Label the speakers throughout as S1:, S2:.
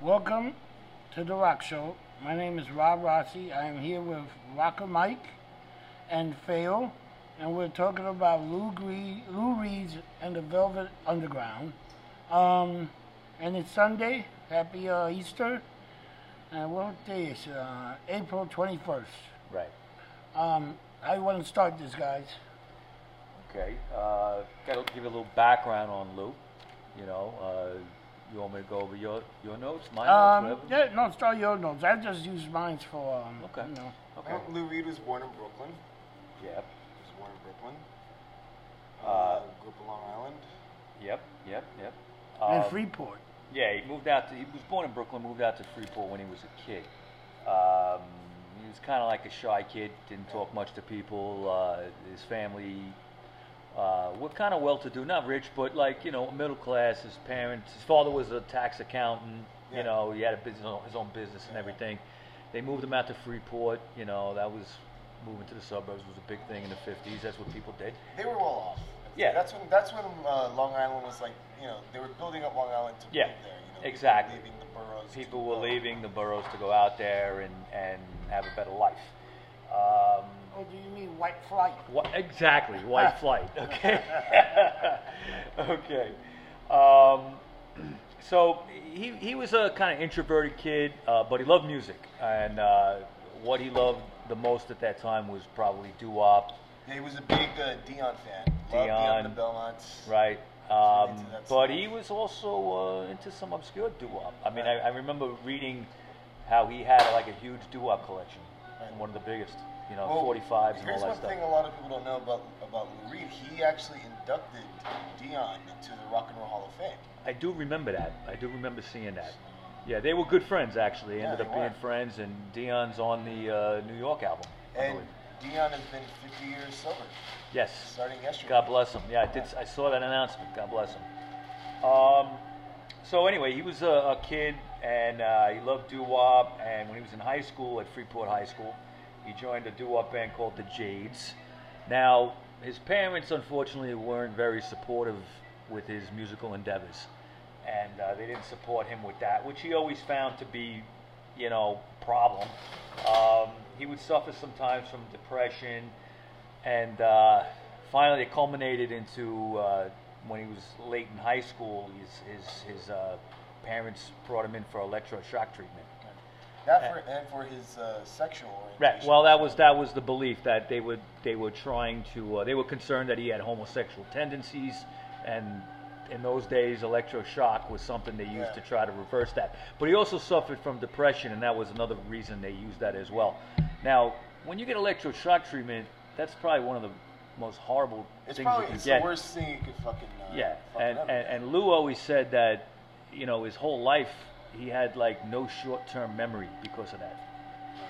S1: Welcome to the Rock Show. My name is Rob Rossi. I am here with Rocker Mike and Fail, and we're talking about Lou, Gree- Lou Reed's and the Velvet Underground. Um, and it's Sunday. Happy uh, Easter. And what day is it? Uh, April 21st.
S2: Right.
S1: Um, I want to start this, guys.
S2: Okay. Uh, gotta give you a little background on Lou. You know, uh, you want me to go over your your notes, my
S1: Um,
S2: notes, whatever.
S1: yeah, no, start your notes. I just use mine for, um,
S2: Okay.
S1: you know.
S2: Okay.
S3: Well, Lou Reed was born in Brooklyn.
S2: Yep.
S3: He was born in Brooklyn.
S2: Uh,
S3: Uh, grew up in Long Island.
S2: Yep. Yep. Yep.
S1: And
S2: Um,
S1: Freeport.
S2: Yeah, he moved out. To, he was born in Brooklyn, moved out to Freeport when he was a kid. Um, he was kind of like a shy kid, didn't talk much to people. Uh, his family uh, were kind of well-to-do, not rich, but like you know, middle class. His parents, his father was a tax accountant.
S3: Yeah.
S2: You know, he had a business, his own business and everything. They moved him out to Freeport. You know, that was moving to the suburbs was a big thing in the '50s. That's what people did.
S3: They were well off.
S2: Yeah.
S3: That's when that's when uh, Long Island was like, you know, they were building up Long Island to
S2: Yeah,
S3: move there. You know, people
S2: exactly.
S3: Leaving the boroughs. to
S2: people were
S3: go.
S2: leaving the boroughs to go out there and, and have a better life. Um,
S1: Oh, do you mean white flight?
S2: what, exactly, white flight. Okay. okay. Um, so he, he was a kind of introverted kid, uh, but he loved music. And uh, what he loved the most at that time was probably doo wop,
S3: Yeah, he was a big uh, Dion fan. Loved Dion,
S2: Dion.
S3: the Belmonts.
S2: right?
S3: Really
S2: Um,
S3: into that
S2: but
S3: stuff.
S2: he was also uh, into some obscure doo-wop. I mean, I, I remember reading how he had like a huge doo-wop collection,
S3: Right.
S2: one of the biggest, you know,
S3: Well,
S2: 45s and all
S3: Here's
S2: that
S3: one
S2: stuff.
S3: thing a lot of people don't know about about Lou Reed. He actually inducted Dion into the Rock and Roll Hall of Fame.
S2: I do remember that. I do remember seeing that. Yeah, they were good friends actually.
S3: Yeah,
S2: Ended up
S3: they
S2: being
S3: were.
S2: friends, and Dion's on the uh, New York album. I
S3: And
S2: believe.
S3: Dion has been 50 years sober,
S2: Yes.
S3: starting yesterday.
S2: God bless him. Yeah, I did. I saw that announcement. God bless him. Um, so anyway, he was a, a kid, and uh, he loved doo wop. And when he was in high school at Freeport High School, he joined a doo wop band called the Jades. Now, his parents unfortunately weren't very supportive with his musical endeavors, and uh, they didn't support him with that, which he always found to be, you know, problem. Um, he would suffer sometimes from depression and uh, finally it culminated into uh, when he was late in high school. His his, his uh, parents brought him in for electroshock treatment.
S3: Not for and for his uh, sexual orientation.
S2: Eh. Right. Well, that was that was the belief that they would they were trying to uh, they were concerned that he had homosexual tendencies, and in those days electroshock was something they used
S3: Yeah.
S2: to try to reverse that. But he also suffered from depression, and that was another reason they used that as well. Now, when you get electroshock treatment, that's probably one of the most horrible
S3: It's
S2: things
S3: probably
S2: you can
S3: it's
S2: get.
S3: the worst thing you could fucking. Uh,
S2: Yeah,
S3: fucking
S2: and,
S3: ever.
S2: and and Lou always said that, you know, his whole life he had like no short-term memory because of that.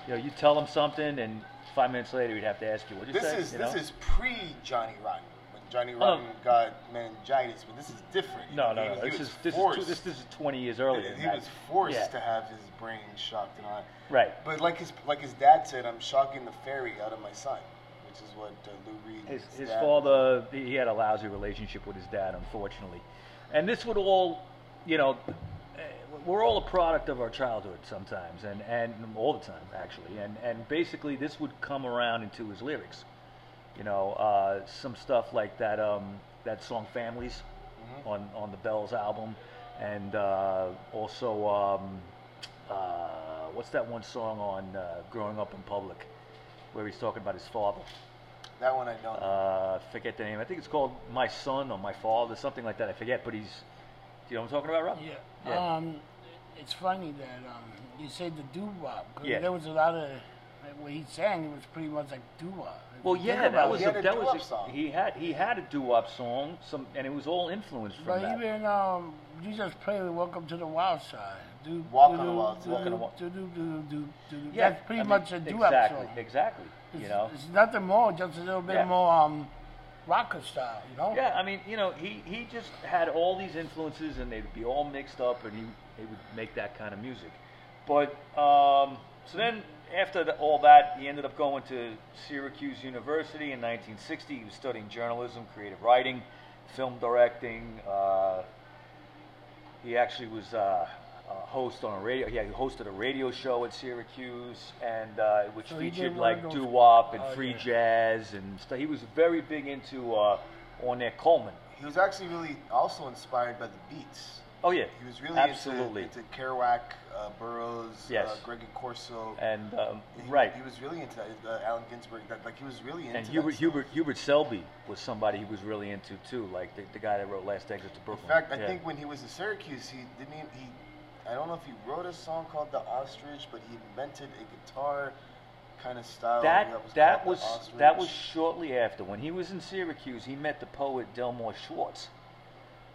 S2: You know, you tell him something, and five minutes later he'd have to ask you what you
S3: this
S2: said.
S3: is
S2: you
S3: this
S2: know? Oh.
S3: is pre Johnny Rotten when Johnny Rotten got meningitis, but this is different.
S2: no,
S3: He
S2: no,
S3: was-
S2: no.
S3: he
S2: This
S3: was
S2: is this
S3: forced.
S2: is this, this is 20 years earlier. than
S3: He
S2: that.
S3: was forced
S2: Yeah.
S3: to have his brain shocked and all. that.
S2: Right.
S3: But like his like his dad said, I'm shocking the fairy out of my son, which is what uh, Lou Reed.
S2: His, his
S3: dad-
S2: father, he had a lousy relationship with his dad, unfortunately. And this would all, you know, eh, we're all a product of our childhood sometimes, and, and all the time, actually. And, and basically, this would come around into his lyrics. You know, uh, some stuff like that, um, that song Families on, on the Bells album, and uh, also, um, uh, what's that one song on uh, Growing Up in Public where he's talking about his father?
S3: That one I don't. know.
S2: uh, forget the name. I think it's called My Son or My Father, something like that. I forget, but he's. Do you know what I'm talking about, Rob?
S1: Yeah.
S2: Yeah.
S1: Um, it's funny that um, you said the doo wop.
S2: Yeah.
S1: There was a lot of what he sang. It was pretty much like doo wop.
S2: Well, yeah, that was
S3: He
S2: a,
S3: had a
S2: that was
S3: doo-wop song.
S2: he had he had a doo-wop song, some, and it was all influenced from
S1: But
S2: that.
S1: even um, you just played "Welcome to the Wild Side." Do,
S3: Walk on the Wild Side. Walk
S2: on the Wild-
S1: Do, do, do, do, do, do.
S2: yeah,
S1: That's pretty
S2: I mean,
S1: much a doo wop
S2: exactly,
S1: song.
S2: exactly.
S1: It's,
S2: You know,
S1: it's nothing more, just a little bit
S2: Yeah.
S1: more um, rocker style. You know.
S2: Yeah, I mean, you know, he, he just had all these influences, and they'd be all mixed up, and he, he would make that kind of music. But um, so then, after the, all that, he ended up going to Syracuse University in 1960. He was studying journalism, creative writing, film directing. Uh, he actually was uh, uh, host on a radio. Yeah, he hosted a radio show at Syracuse, and uh, which
S1: So he did
S2: featured
S1: one of
S2: like
S1: those-
S2: doo wop and
S1: Oh,
S2: free
S1: yeah.
S2: jazz and stuff. He was very big into uh, Ornette Coleman.
S3: He was actually really also inspired by the beats.
S2: Oh yeah,
S3: He was really
S2: absolutely.
S3: into, into Kerouac, uh, Burroughs, uh,
S2: Yes.
S3: Gregor Corso.
S2: and um,
S3: He-
S2: right,
S3: He was really into that, uh, Allen Ginsberg. That, like he was really into.
S2: and
S3: that
S2: Hubert
S3: stuff.
S2: Hubert Hubert Selby was somebody he was really into too, like the, the guy that wrote Last Exit to Brooklyn.
S3: In fact, I
S2: Yeah.
S3: think when he was in Syracuse, he didn't. Even, he, I don't know if he wrote a song called The Ostrich, but he invented a guitar kind of style
S2: that
S3: was
S2: that
S3: called
S2: was
S3: The Ostrich.
S2: that was shortly after when he was in Syracuse. He met the poet Delmore Schwartz,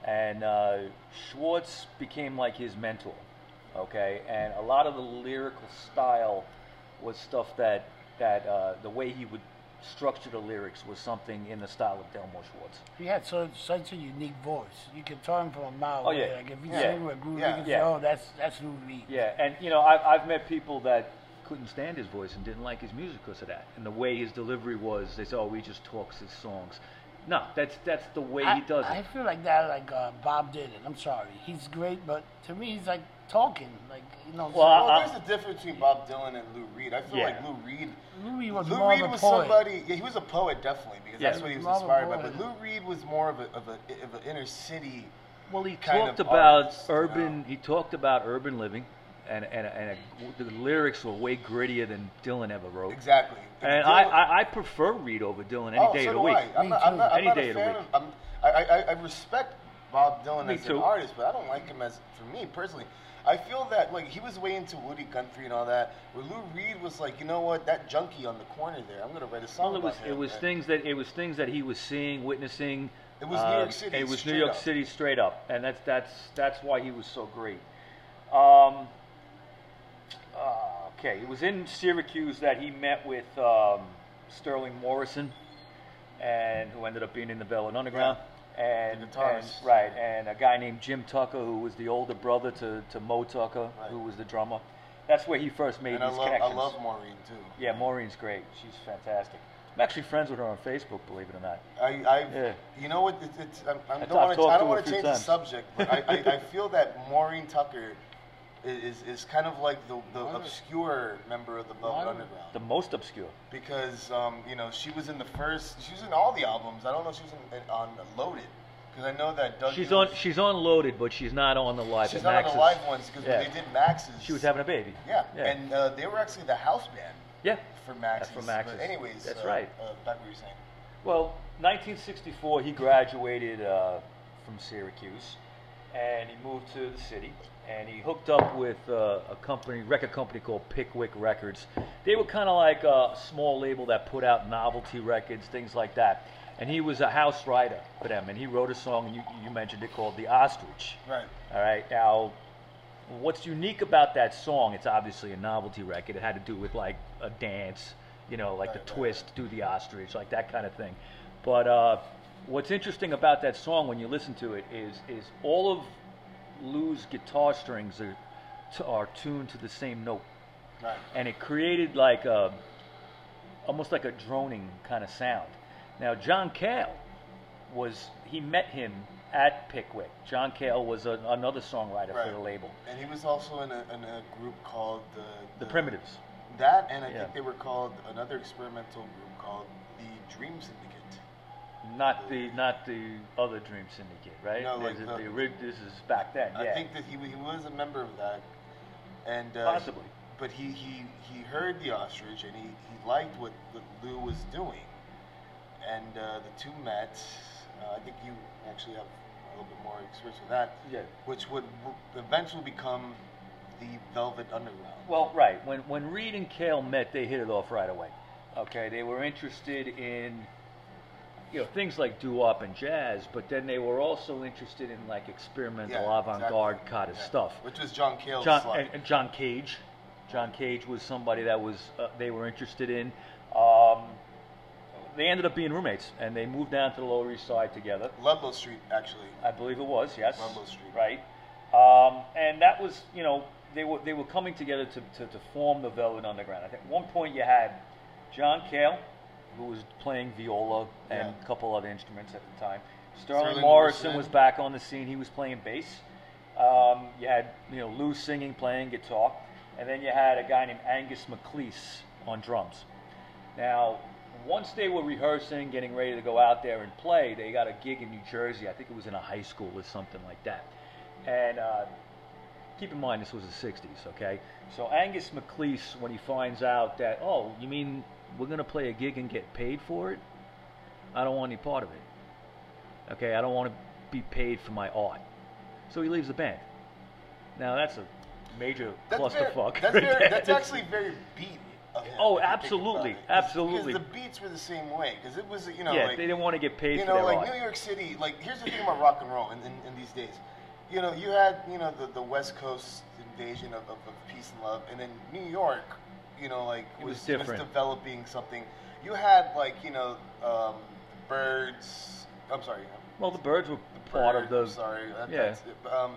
S2: and uh, Schwartz became like his mentor. Okay, and a lot of the lyrical style was stuff that that uh, the way he would structure the lyrics was something in the style of Delmore Schwartz.
S1: He had so, such a unique voice. You could tell him from a mile
S2: Oh,
S1: away.
S2: yeah.
S1: Like if he
S2: Yeah.
S1: sang with Groove,
S3: Yeah.
S1: you could
S2: Yeah.
S1: say, "Oh, that's that's Lou Reed."
S2: Yeah, and you know, I've, I've met people that couldn't stand his voice and didn't like his music because of that, and the way his delivery was. They said, "Oh, he just talks his songs." No, that's that's the way
S1: I,
S2: he does
S1: I
S2: it.
S1: feel like that, like uh, Bob Dylan. I'm sorry, he's great, but to me, he's like talking, like you know.
S2: Well, I-
S1: so
S3: Well,
S2: Uh,
S3: there's a difference between Bob Dylan and Lou Reed. I feel
S2: Yeah.
S3: like Lou Reed.
S1: Lou Reed was
S3: Lou
S1: more
S3: Reed
S1: of a
S3: was
S1: poet.
S3: somebody. Yeah, he was a poet definitely because
S2: Yeah.
S3: that's what he was
S1: More of a
S3: inspired by. But Lou
S1: poet.
S3: Reed was more of a of a of an inner city.
S2: Well, he
S3: kind
S2: talked
S3: of
S2: about
S3: artist, you
S2: urban.
S3: know.
S2: He talked about urban living, and and and a, the lyrics were way grittier than Dylan ever wrote.
S3: Exactly.
S2: And I, I I prefer Reed over Dylan any
S3: oh,
S2: day
S3: so
S2: of the
S3: do
S2: week.
S3: I. I'm
S1: Me
S3: not, I'm
S1: too.
S3: not, I'm
S2: Any
S3: not
S2: day
S3: a
S2: of the
S3: fan
S2: week.
S3: of. I'm, I, I I respect Bob Dylan
S2: Me
S3: as
S2: too.
S3: an artist, but I don't like him as for me personally. I feel that like he was way into Woody Guthrie and all that. Where Lou Reed was like, you know what, that junkie on the corner there, I'm gonna write a song
S2: Well, it was
S3: about
S2: it
S3: him.
S2: was
S3: And-
S2: things that it was things that he was seeing, witnessing.
S3: It was New
S2: uh,
S3: York City
S2: It was New
S3: straight
S2: York
S3: up.
S2: City straight up, and that's that's that's why he was so great. Um, uh, okay, it was in Syracuse that he met with um, Sterling Morrison, and who ended up being in the Velvet Underground. And,
S3: The
S2: and-
S3: guitarist.
S2: right, and a guy named Jim Tucker, who was the older brother to, to Mo Tucker,
S3: Right.
S2: who was the drummer. That's where he first made
S3: And I
S2: his
S3: love I
S2: connections.
S3: love Maureen too.
S2: Yeah, Maureen's great. She's fantastic. I'm actually friends with her on Facebook, believe it or not.
S3: I, I
S2: Yeah.
S3: you know what? It's, it's, I'm, I'm
S2: I've
S3: don't wanna,
S2: talked
S3: I
S2: to
S3: don't
S2: her a
S3: want
S2: few
S3: to change
S2: times.
S3: the subject, but I, I, I feel that Maureen Tucker i- is is kind of like the, the
S1: Why would-
S3: obscure member of the
S1: why
S3: Velvet
S1: would-
S3: Underground
S2: The most obscure.
S3: because um, you know she was in the first. She was in all the albums. I don't know if she was in, in- on Loaded because I know that Doug.
S2: She's on.
S3: Hughes-
S2: She's on Loaded, but she's not on the live. at
S3: she's not on
S2: Max's.
S3: the live ones because
S2: Yeah.
S3: when they did Max's,
S2: She was having a baby.
S3: yeah,
S2: Yeah.
S3: and uh, they were actually the house band
S2: yeah.
S3: for Max's.
S2: for Max's.
S3: But anyways,
S2: That's
S3: uh,
S2: right.
S3: Uh, back what you were saying.
S2: Well, 1964, he graduated uh, from Syracuse, and he moved to the city, and he hooked up with uh, a company, record company called Pickwick Records. They were kind of like a small label that put out novelty records, things like that. And he was a house writer for them, and he wrote a song, and you, you mentioned it, called "The Ostrich."
S3: Right.
S2: All right. Now, what's unique about that song? It's obviously a novelty record. It had to do with like a dance, you know, like the
S3: Right, right,
S2: twist, do the ostrich, like that kind of thing. But uh, what's interesting about that song when you listen to it is is all of Lou's guitar strings are t- are tuned to the same note,
S3: Right.
S2: and it created like a almost like a droning kind of sound. Now, John Cale was he met him at Pickwick. John Cale was a, another songwriter for
S3: Right.
S2: the label,
S3: And he was also in a, in a group called the
S2: the Primitives.
S3: That and I
S2: Yeah.
S3: think they were called another experimental group called the Dream Syndicate.
S2: Not the not the other Dream Syndicate, right?
S3: No,
S2: this,
S3: like
S2: is
S3: the-
S2: the ori- this is back then. Yeah,
S3: I think that he, wa- he was a member of that, and uh,
S2: possibly.
S3: But he, he he heard the ostrich and he, he liked what, what Lou was doing, and uh, the two met. Uh, I think you actually have a little bit more experience with that,
S2: Yeah.
S3: which would w- eventually become the Velvet Underground.
S2: Well, right. When when Reed and Kale met, they hit it off right away. Okay, they were interested in you know things like doo wop and jazz, but then they were also interested in like experimental
S3: Yeah,
S2: avant-garde
S3: exactly.
S2: kind of
S3: Yeah.
S2: stuff.
S3: Which was John Cale's
S2: John
S3: slide.
S2: and, and John Cage. John Cage was somebody that was uh, they were interested in. Um, they ended up being roommates, and they moved down to the Lower East Side together.
S3: Ludlow Street actually.
S2: I believe it was, yes.
S3: Rumble Street.
S2: Right. Um, and that was, you know, they were they were coming together to, to, to form the Velvet Underground. I think at one point you had John Cale, who was playing viola and
S3: Yeah.
S2: a couple other instruments at the time. Sterling,
S3: Sterling
S2: Morrison
S3: Morrison.
S2: was back on the scene. He was playing bass. Um, you had you know Lou singing, playing guitar, and then you had a guy named Angus McLeese on drums. Now, once they were rehearsing, getting ready to go out there and play, they got a gig in New Jersey. I think it was in a high school or something like that. And uh, keep in mind, this was the 60s, okay? So Angus McLeese, when he finds out that, oh, you mean we're going to play a gig and get paid for it? I don't want any part of it. Okay, I don't want to be paid for my art. So he leaves the band. Now, that's a major
S3: That's very,
S2: clusterfuck.
S3: that's,
S2: right
S3: very,
S2: there.
S3: that's actually very beat. Of him,
S2: Oh,
S3: if you think
S2: absolutely,
S3: about it. 'Cause-
S2: absolutely.
S3: Because the beats were the same way. Because it was, you know,
S2: yeah,
S3: like,
S2: they didn't want to get paid
S3: you
S2: for
S3: know,
S2: their
S3: like
S2: art.
S3: New York City. Like, here's the thing about rock and roll in, in, in these days. You know, you had you know the, the West Coast invasion of, of, of peace and love, and then New York, you know, like
S2: It was different.
S3: developing something. You had like you know um, the Birds. I'm sorry.
S2: Well, the birds were part of
S3: Birds,
S2: those.
S3: Sorry, that,
S2: yeah.
S3: that's it. But, Um,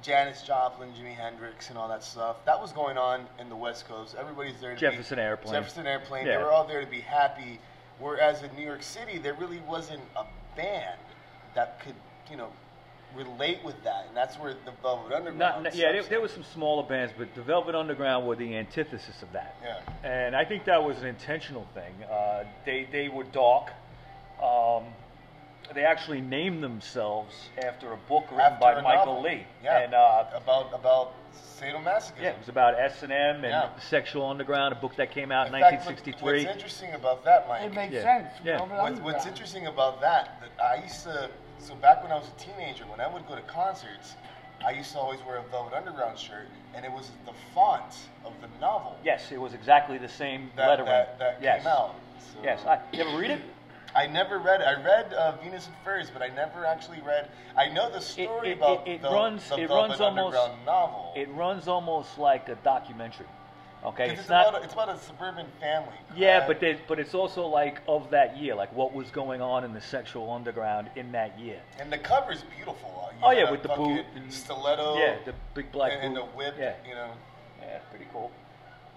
S3: Janis Joplin, Jimi Hendrix, and all that stuff. That was going on in the West Coast. Everybody's there to be-
S2: Jefferson Airplane.
S3: Jefferson Airplane.
S2: Yeah.
S3: They were all there to be happy. Whereas in New York City, there really wasn't a band that could, you know, relate with that, and that's where the Velvet
S2: Not,
S3: Underground.
S2: not- yeah, there,
S3: steps
S2: there
S3: in.
S2: was some smaller bands, but the Velvet Underground were the antithesis of that.
S3: Yeah.
S2: And I think that was an intentional thing. Uh, they they were dark. Um, they actually named themselves after a book written
S3: After
S2: by
S3: a
S2: Michael
S3: novel.
S2: Lee.
S3: Yeah.
S2: And uh,
S3: about about sadomasochism.
S2: yeah, it was about S and M
S3: Yeah.
S2: and Sexual Underground, a book that came out in,
S3: In fact, what-
S2: 1963.
S3: what's interesting about that, Mike?
S1: It makes
S2: Yeah.
S1: sense.
S2: Yeah.
S1: Velvet
S3: What, what's
S1: Underground.
S3: interesting about that, that I used to, so back when I was a teenager, when I would go to concerts, I used to always wear a Velvet Underground shirt, and it was the font of the novel
S2: yes, it was exactly the same
S3: that,
S2: lettering.
S3: that, that
S2: yes.
S3: came out. So
S2: Yes. I, you ever read it?
S3: I never read. I read uh, Venus and Furs, but I never actually read. I know the story
S2: it-
S3: about
S2: it- it
S3: the,
S2: runs-
S3: the
S2: it
S3: Velvet
S2: runs almost-
S3: Underground novel.
S2: It runs almost like a documentary. Okay,
S3: 'Cause
S2: it's,
S3: it's,
S2: not.
S3: about a, it's about a suburban family.
S2: Yeah,
S3: correct?
S2: but they, but it's also like of that year, like what was going on in the sexual underground in that year.
S3: and the cover's beautiful. You
S2: Oh, yeah,
S3: got
S2: with the
S3: fucking
S2: boot and-
S3: stiletto,
S2: yeah, the big black
S3: and, and the
S2: boot.
S3: whip.
S2: Yeah,
S3: you know.
S2: yeah, pretty cool.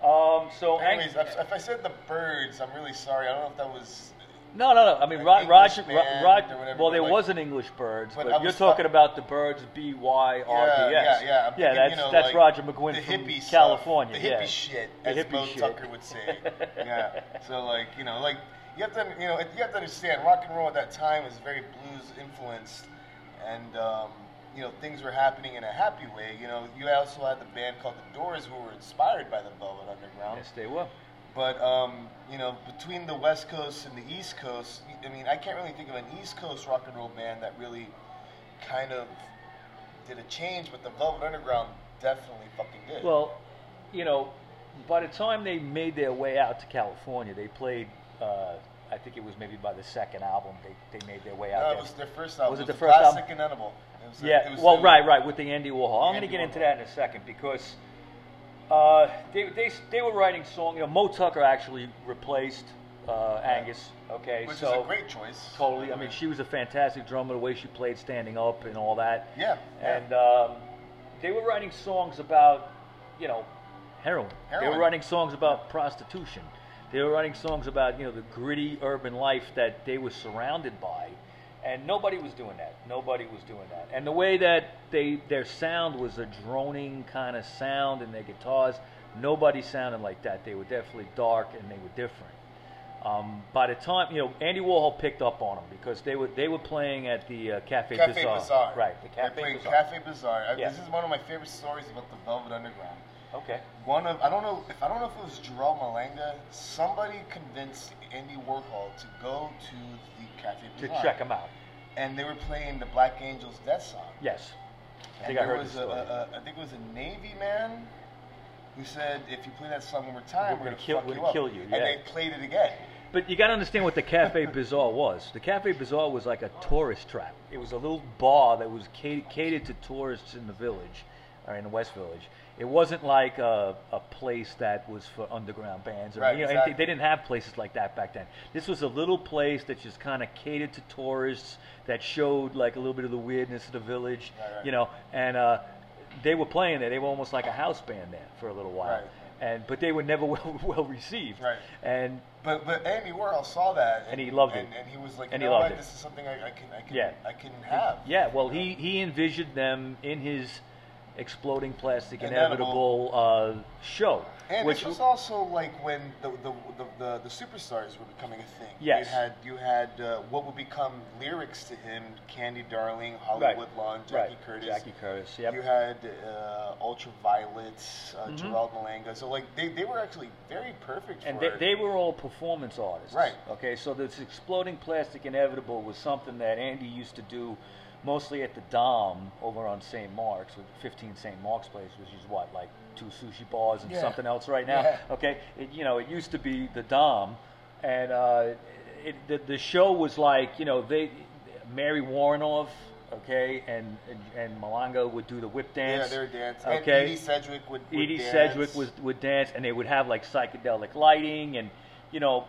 S2: Um, so Ang-
S3: Anyways, if if I said the birds, I'm really sorry. I don't know if that was.
S2: no, no, no. I mean,
S3: an
S2: Rod, Rod,
S3: English
S2: Rod,
S3: band
S2: Rod-
S3: or whatever,
S2: Well,
S3: but
S2: there
S3: like-
S2: was an English Birds,
S3: But
S2: but,
S3: I was
S2: you're talking
S3: talk-
S2: about the Birds B Y R D
S3: Yeah,
S2: S.
S3: yeah, yeah. I'm thinking,
S2: that's
S3: you know,
S2: that's
S3: like,
S2: Roger McGuinn
S3: the
S2: from
S3: hippie stuff,
S2: California.
S3: the hippie
S2: yeah.
S3: shit,
S2: The
S3: as
S2: hippie
S3: Mo
S2: shit.
S3: Tucker would say. yeah. So like you know, like you have to you know you have to understand rock and roll at that time was very blues influenced, and um, you know things were happening in a happy way. You know, you also had the band called the Doors who were inspired by the Velvet Underground.
S2: Yes, they were.
S3: But um, you know, between the West Coast and the East Coast, I mean, I can't really think of an East Coast rock and roll band that really kind of did a change. But the Velvet Underground definitely fucking did.
S2: Well, you know, by the time they made their way out to California, they played. Uh, I think it was maybe by the second album they, they made their way out
S3: no,
S2: there.
S3: it was their first album.
S2: Was it
S3: the
S2: the first album?
S3: Plastic and Edible. It was-
S2: yeah.
S3: it was-
S2: well,
S3: it was-
S2: right, right. With the Andy Warhol, I'm going
S3: Andy
S2: to get into
S3: Warhol.
S2: that in a second because uh, they, they they were writing song. You know, Mo Tucker actually replaced uh, Angus. Okay,
S3: Which
S2: so
S3: is a great choice.
S2: totally. I mean, she was a fantastic drummer. The way she played standing up and all that.
S3: Yeah. yeah.
S2: and um, they were writing songs about, you know, heroin. They
S3: Heroin.
S2: were writing songs about prostitution. They were writing songs about you know the gritty urban life that they were surrounded by, and nobody was doing that. Nobody was doing that. And the way that they their sound was a droning kind of sound in their guitars. Nobody sounded like that. They were definitely dark and they were different. Um, by the time you know, Andy Warhol picked up on them because they were they were playing at the uh, Cafe,
S3: Cafe
S2: Bazaar.
S3: Bazaar.
S2: right? The
S3: They
S2: Cafe
S3: played
S2: Bazaar.
S3: Cafe Bazaar. I-
S2: Yeah.
S3: This is one of my favorite stories about the Velvet Underground.
S2: Okay.
S3: One of I don't know if I don't know if it was Gerald Malanga. Somebody convinced Andy Warhol to go to the Cafe
S2: To
S3: Bazaar.
S2: check them out.
S3: And they were playing the Black Angels death song.
S2: Yes. I
S3: and
S2: think I
S3: there
S2: heard
S3: was
S2: this
S3: a,
S2: story.
S3: a, a, I think it was a Navy man who said, "If you play that song one more time,
S2: We're gonna
S3: we're, gonna,
S2: kill-
S3: fuck
S2: we're
S3: you
S2: gonna
S3: up."
S2: kill you,
S3: And
S2: yeah.
S3: they played it again.
S2: But you got to understand what the Cafe Bazaar was. The Cafe Bazaar was like a tourist trap. It was a little bar that was ca- catered to tourists in the village, or in the West Village. It wasn't like a, a place that was for underground bands. Or,
S3: Right,
S2: you know,
S3: exactly.
S2: anything. They didn't have places like that back then. This was a little place that just kind of catered to tourists, that showed like a little bit of the weirdness of the village,
S3: Right, right.
S2: you know. And uh, they were playing there. They were almost like a house band there for a little while.
S3: Right.
S2: And but they were never well, well received.
S3: Right.
S2: And
S3: But but Andy Warhol saw that,
S2: And he loved
S3: and,
S2: it.
S3: And he was like,
S2: And
S3: you
S2: he
S3: know
S2: loved
S3: what?
S2: it.
S3: This is something I, I can I can
S2: Yeah.
S3: I can have.
S2: Yeah, well, he, he envisioned them in his exploding plastic
S3: Inevitable.
S2: inevitable, uh, show,
S3: And
S2: which
S3: this was also like when the the, the, the the superstars were becoming a thing.
S2: Yes.
S3: You had you had uh, what would become lyrics to him: Candy Darling, Hollywood Lawn, Jackie
S2: right,
S3: Curtis.
S2: Jackie Curtis, yep. Mm-hmm.
S3: You had uh, Ultraviolet, uh, Gerald Malanga. So like they, they were actually very perfect
S2: and
S3: for
S2: they,
S3: it.
S2: they were all performance artists
S3: Right.
S2: okay so this exploding plastic inevitable was something that andy used to do mostly at the dom over on st mark's with 15 st mark's place which is what like two sushi bars and
S1: Yeah.
S2: something else right now
S1: Yeah.
S2: okay it, you know it used to be the dom and uh, it, the, the show was like you know they mary warrenoff okay and and, and malanga would do the whip dance
S3: yeah, they were dancing.
S2: okay
S3: And Edie Sedgwick would. would
S2: Edie
S3: dance.
S2: Sedgwick was, would dance, and they would have like psychedelic lighting, and you know,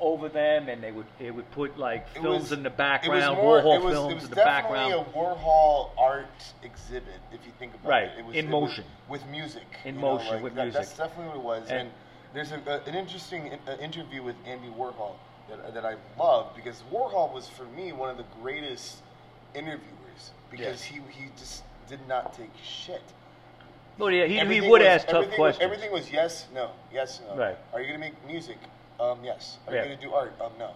S2: over them, and they would they would put like
S3: It
S2: films
S3: was-
S2: in the
S3: It was
S2: background,
S3: more.
S2: Warhol
S3: it was,
S2: films
S3: it was
S2: in the
S3: definitely
S2: background.
S3: a Warhol art exhibit, if you think about
S2: Right,
S3: it. it was,
S2: in
S3: it was
S2: motion.
S3: with music.
S2: In
S3: you
S2: motion, with
S3: that-
S2: music.
S3: That's definitely what it was.
S2: And-
S3: And, there's a, a- an interesting in- uh, interview with Andy Warhol that, that I love because Warhol was for me one of the greatest interviewers because he he just did not take shit.
S2: Well, Oh, yeah, he, he
S3: Everything
S2: would
S3: was-
S2: ask tough
S3: everything was-
S2: questions.
S3: Everything was yes, no, yes, no.
S2: Right.
S3: Are you gonna make music? Um, yes. Are
S2: Yeah.
S3: you gonna do art? Um, no.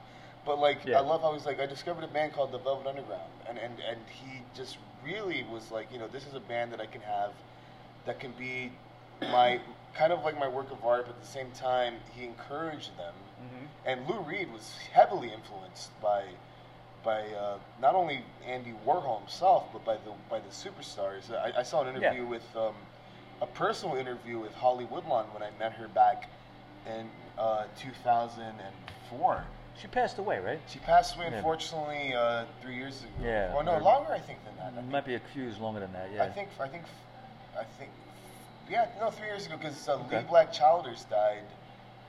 S3: But like,
S2: Yeah.
S3: I love how he's like, I discovered a band called the Velvet Underground, and and and he just really was like, you know, this is a band that I can have, that can be my kind of like my work of art, but at the same time, he encouraged them.
S2: Mm-hmm.
S3: And Lou Reed was heavily influenced by. By uh, not only Andy Warhol himself, but by the by the superstars. I, I saw an
S2: Yeah.
S3: interview with um, a personal interview with Holly Woodlawn when I met her back in uh, 2004.
S2: She passed away, right?
S3: She passed away,
S2: Yeah.
S3: unfortunately, uh, three years ago.
S2: Yeah.
S3: Well, no,
S2: Her-
S3: longer I think than that. I think,
S2: Mm, Might be accused longer than that. Yeah.
S3: I think, I think, I think, yeah, no, three years ago because uh,
S2: Okay.
S3: Lee Black Childers died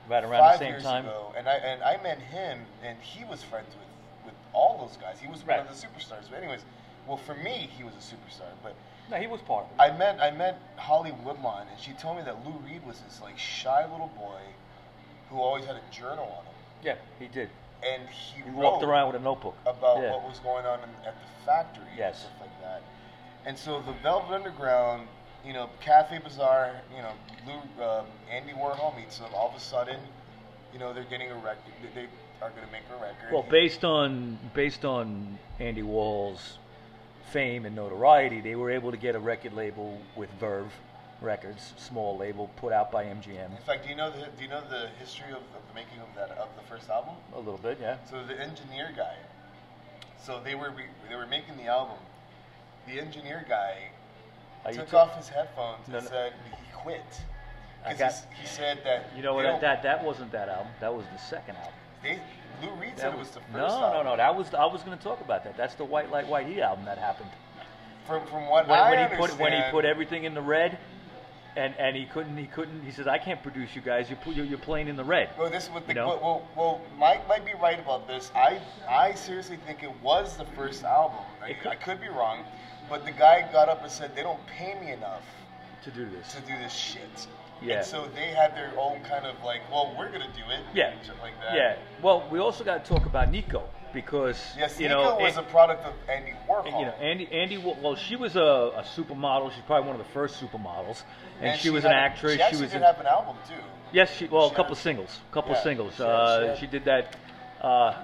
S2: right around
S3: five
S2: the same
S3: years
S2: time.
S3: ago, and I and I met him, and he was friends with with all those guys. He was
S2: Right.
S3: one of the superstars. But anyways, well, for me, he was a superstar, but.
S2: No, he was part of it.
S3: I met I met Holly Woodline, and she told me that Lou Reed was this like shy little boy who always had a journal on him,
S2: yeah, he did.
S3: and he,
S2: He
S3: wrote
S2: walked around with a notebook.
S3: about
S2: yeah.
S3: what was going on in, at the factory
S2: Yes.
S3: and stuff like that. And so the Velvet Underground, you know, Cafe Bazaar, you know, Lou, um, Andy Warhol meets them. All of a sudden, you know, they're getting a record. They, they are going to make a record.
S2: Well,
S3: He-
S2: based on based on Andy Wall's fame and notoriety, they were able to get a record label with Verve Records, small label put out by MGM.
S3: in fact, do you know the do you know the history of, of the making of that of the first album?
S2: A little bit, yeah.
S3: So the engineer guy. So they were re- they were making the album. The engineer guy
S2: Are you
S3: took
S2: t-
S3: off his headphones
S2: No,
S3: and
S2: no.
S3: said he quit
S2: I
S3: because
S2: got-
S3: he said that
S2: You know what?
S3: they
S2: That,
S3: don't-
S2: that that wasn't that album. That was the second album.
S3: they, Lou Reed
S2: That
S3: said it was the first.
S2: no,
S3: album.
S2: no, no. That was I was going to talk about that. That's the White Light White Heat album that happened.
S3: From from what
S2: when,
S3: I
S2: when he put when he
S3: understand-
S2: put everything in the red, and and he couldn't he couldn't he says I can't produce you guys. You pu- you're, you're playing in the red.
S3: Well, this is what the
S2: You know?
S3: well, well, well, Mike might be right about this. I I seriously think it was the first album. I,
S2: It could-
S3: I could be wrong, but the guy got up and said they don't pay me enough.
S2: to do this.
S3: to do this shit.
S2: Yeah.
S3: And so they had their own kind of like, well, we're gonna do it.
S2: Yeah.
S3: and shit like that.
S2: Yeah. Well, we also got to talk about Nico because
S3: Yes,
S2: you
S3: Nico
S2: know,
S3: was a
S2: An-
S3: product of Andy Warhol.
S2: you know, Andy, Andy. Wa- Well, she was a, a supermodel. She's probably one of the first supermodels, and, she, was an
S3: had a-
S2: actress.
S3: She, actually
S2: was
S3: did
S2: in-
S3: have an album too.
S2: yes, she well,
S3: she
S2: a
S3: had
S2: couple
S3: a-
S2: singles, couple
S3: yeah,
S2: singles.
S3: she had-
S2: uh,
S3: she had-
S2: she did that. Uh,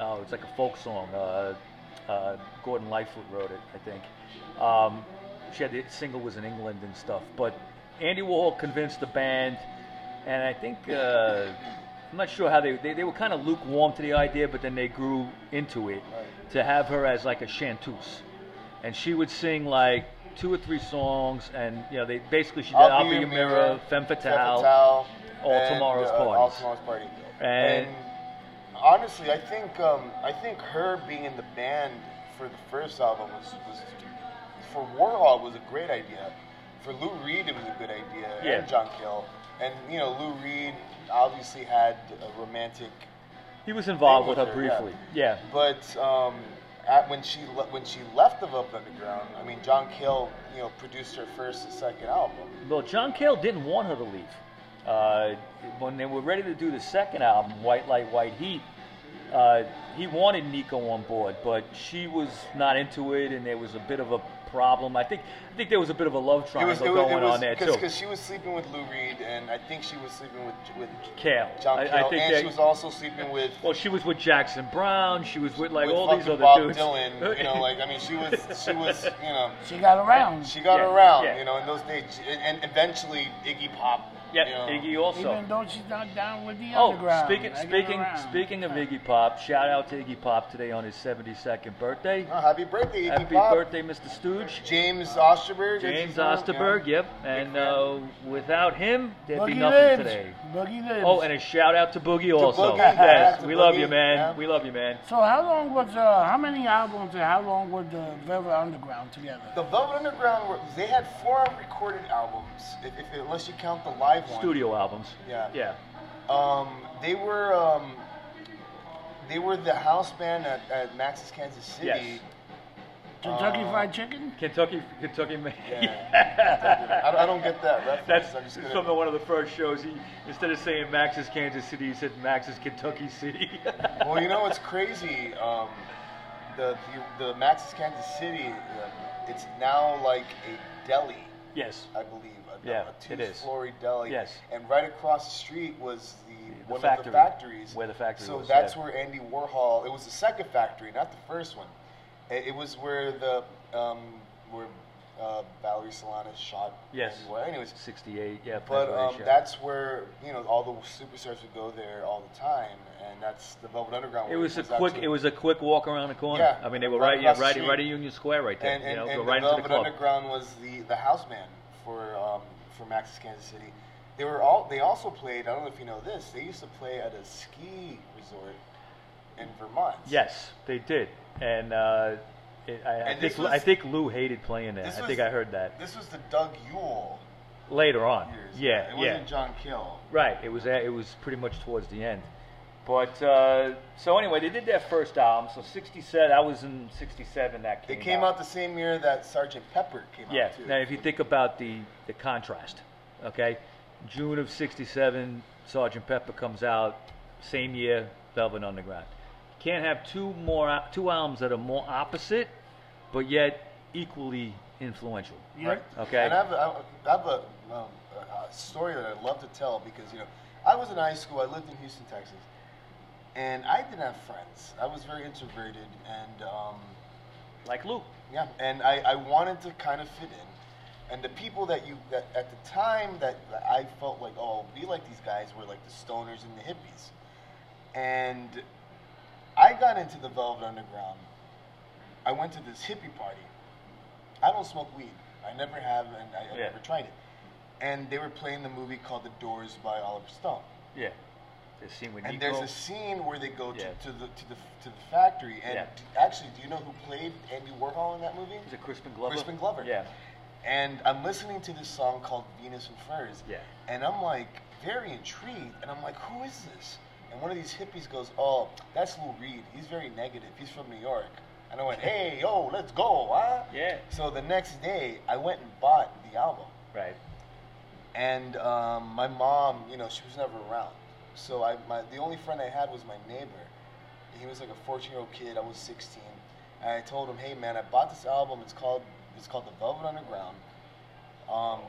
S2: oh, it's like a folk song. Uh, uh, Gordon Lightfoot wrote it, I think. Um, she had the single was in England and stuff, but Andy Warhol convinced the band, and I think uh, I'm not sure how they they, they were kind of lukewarm to the idea, but then they grew into it
S3: Right.
S2: to have her as like a chanteuse, and she would sing like two or three songs, and you know they basically she did
S3: I'll
S2: I'll, Be Your Mirror, Femme Fatale. All
S3: and,
S2: Tomorrow's
S3: uh,
S2: Parties.
S3: All Tomorrow's Party.
S2: And-
S3: honestly, I think um, I think her being in the band for the first album was, was for Warhol was a great idea. For Lou Reed, it was a good idea,
S2: Yeah.
S3: and John Cale. And you know, Lou Reed obviously had a romantic
S2: He was involved with
S3: with
S2: her
S3: her, yeah.
S2: briefly. Yeah.
S3: But um, at, when she le- when she left the Velvet Underground, I mean, John Cale, you know, produced her first and second album.
S2: Well, John Cale didn't want her to leave. Uh, when they were ready to do the second album, White Light, White Heat, uh, he wanted Nico on board, but she was not into it, and there was a bit of a problem. I think I think there was a bit of a love
S3: It
S2: triangle
S3: was, it was,
S2: going
S3: it was
S2: on there
S3: cause,
S2: too.
S3: 'cause she was sleeping with Lou Reed, and I think she was sleeping with with
S2: Kale.
S3: John
S2: I- I
S3: Cale,
S2: think
S3: and
S2: that-
S3: she was also sleeping with
S2: Well, she was with Jackson Brown. She was with like
S3: with
S2: all these
S3: fucking
S2: other
S3: Bob
S2: dudes.
S3: Dylan. You know, like I mean, she was she was you know
S1: She got around.
S3: she got
S2: Yeah,
S3: around.
S2: yeah.
S3: You know, in those days, and, and eventually Iggy Pop.
S2: Yep,
S3: you know.
S2: Iggy also.
S1: Even though she's not down with the
S2: Oh,
S1: underground.
S2: speaking
S1: I get
S2: speaking
S1: around.
S2: speaking of
S1: Huh.
S2: Iggy Pop, shout out to Iggy Pop today on his 72nd birthday.
S3: Oh, happy birthday, Iggy
S2: Happy
S3: Pop.
S2: birthday, Mr. Stooge.
S3: James Osterberg.
S2: James Osterberg, yep. And uh, without him, there'd be
S1: Boogie
S2: nothing
S1: lives.
S2: today.
S1: Boogie lives.
S2: Oh, and a shout out to Boogie also.
S3: Boogie,
S2: yes,
S3: yeah, to
S2: we love you,
S3: Boogie,
S2: man.
S3: yeah.
S2: We love you, man.
S1: so how long was uh, how many albums and how long were the Velvet Underground together?
S3: The Velvet Underground, were, they had four recorded albums, if, if, unless you count the live one.
S2: Studio albums.
S3: Yeah.
S2: Yeah.
S3: Um, they were um, they were the house band at, at Max's Kansas City.
S2: Yes.
S1: Kentucky
S3: uh,
S1: Fried Chicken.
S2: Kentucky, Kentucky. Man.
S3: Yeah. I, don't- I don't get that reference.
S2: That's
S3: I'm just gonna-
S2: from the, one of the first shows. He instead of saying Max's Kansas City, he said Max's Kentucky City.
S3: well, you know what's crazy? Um, the, the the Max's Kansas City, uh, it's now like a deli,
S2: yes.
S3: I believe. A,
S2: Yeah,
S3: a
S2: it is.
S3: two-story deli.
S2: Yes.
S3: And right across the street was the,
S2: The
S3: one of
S2: factory,
S3: the factories.
S2: where the factory
S3: So
S2: was,
S3: that's
S2: yeah.
S3: where Andy Warhol. It was the second factory, not the first one. It, it was where the um, where uh, Valerie Solanas shot.
S2: Yes.
S3: Andy Warhol. Anyways,
S2: 68. Yeah.
S3: but
S2: February
S3: um,
S2: show.
S3: that's where you know all the superstars would go there all the time, and that's the Velvet Underground.
S2: It
S3: where
S2: was a
S3: out
S2: quick.
S3: to-
S2: It was a quick walk around the corner.
S3: Yeah,
S2: I mean, they were
S3: right
S2: right,
S3: across
S2: yeah,
S3: the
S2: right,
S3: street.
S2: right at Union Square, right there.
S3: And, and,
S2: you know,
S3: and
S2: go
S3: the
S2: right into the
S3: Velvet
S2: club.
S3: Underground was the the house band for um, for Max's Kansas City. They were all. They also played. I don't know if you know this. They used to play at a ski resort in Vermont.
S2: Yes, they did, and. uh it, I, I think
S3: And this was-
S2: I think Lou hated playing there.
S3: This
S2: I
S3: was-
S2: think I heard that
S3: This was the Doug Yule
S2: later on.
S3: years.
S2: Yeah,
S3: it
S2: yeah.
S3: wasn't John Kill.
S2: Right. It was a- it was pretty much towards the end. But uh, so anyway, they did their first album. So '67, I was in '67 that
S3: They
S2: came.
S3: came out the same year that Sergeant Pepper came
S2: yeah.
S3: out too.
S2: Now, if you think about the the contrast, okay, June of '67, Sergeant Pepper comes out. Same year, Velvet Underground. Can't have two more al- two albums that are more opposite, but yet equally influential.
S1: Yep.
S2: Okay.
S3: And I have a, I have a, um, a story that I love to tell because you know I was in high school. I lived in Houston, Texas, and I didn't have friends. I was very introverted, and um,
S2: Like Lou.
S3: yeah, and I, I wanted to kind of fit in. And the people that you that at the time that, that I felt like oh be like these guys were like the stoners and the hippies, and I got into the Velvet Underground. I went to this hippie party. I don't smoke weed. I never have, and I, I
S2: Yeah.
S3: never tried it. And they were playing the movie called The Doors by Oliver Stone.
S2: Yeah. The scene with
S3: And
S2: Nico.
S3: there's a scene where they go to,
S2: Yeah.
S3: to the to the to the factory. And
S2: Yeah.
S3: d- actually, do you know who played Andy Warhol in that movie?
S2: Is it Crispin Glover?
S3: Crispin Glover.
S2: Yeah.
S3: And I'm listening to this song called Venus and Furs.
S2: Yeah.
S3: And I'm like very intrigued. And I'm like, who is this? And one of these hippies goes, oh, that's Lou Reed. He's very negative. He's from New York. And I went, hey, yo, let's go, huh?
S2: Yeah.
S3: So the next day, I went and bought the album.
S2: Right.
S3: And um, my mom, you know, she was never around. So I, my, the only friend I had was my neighbor. He was like a 14 year old kid. I was 16. And I told him, hey man, I bought this album. It's called it's called The Velvet Underground. Um,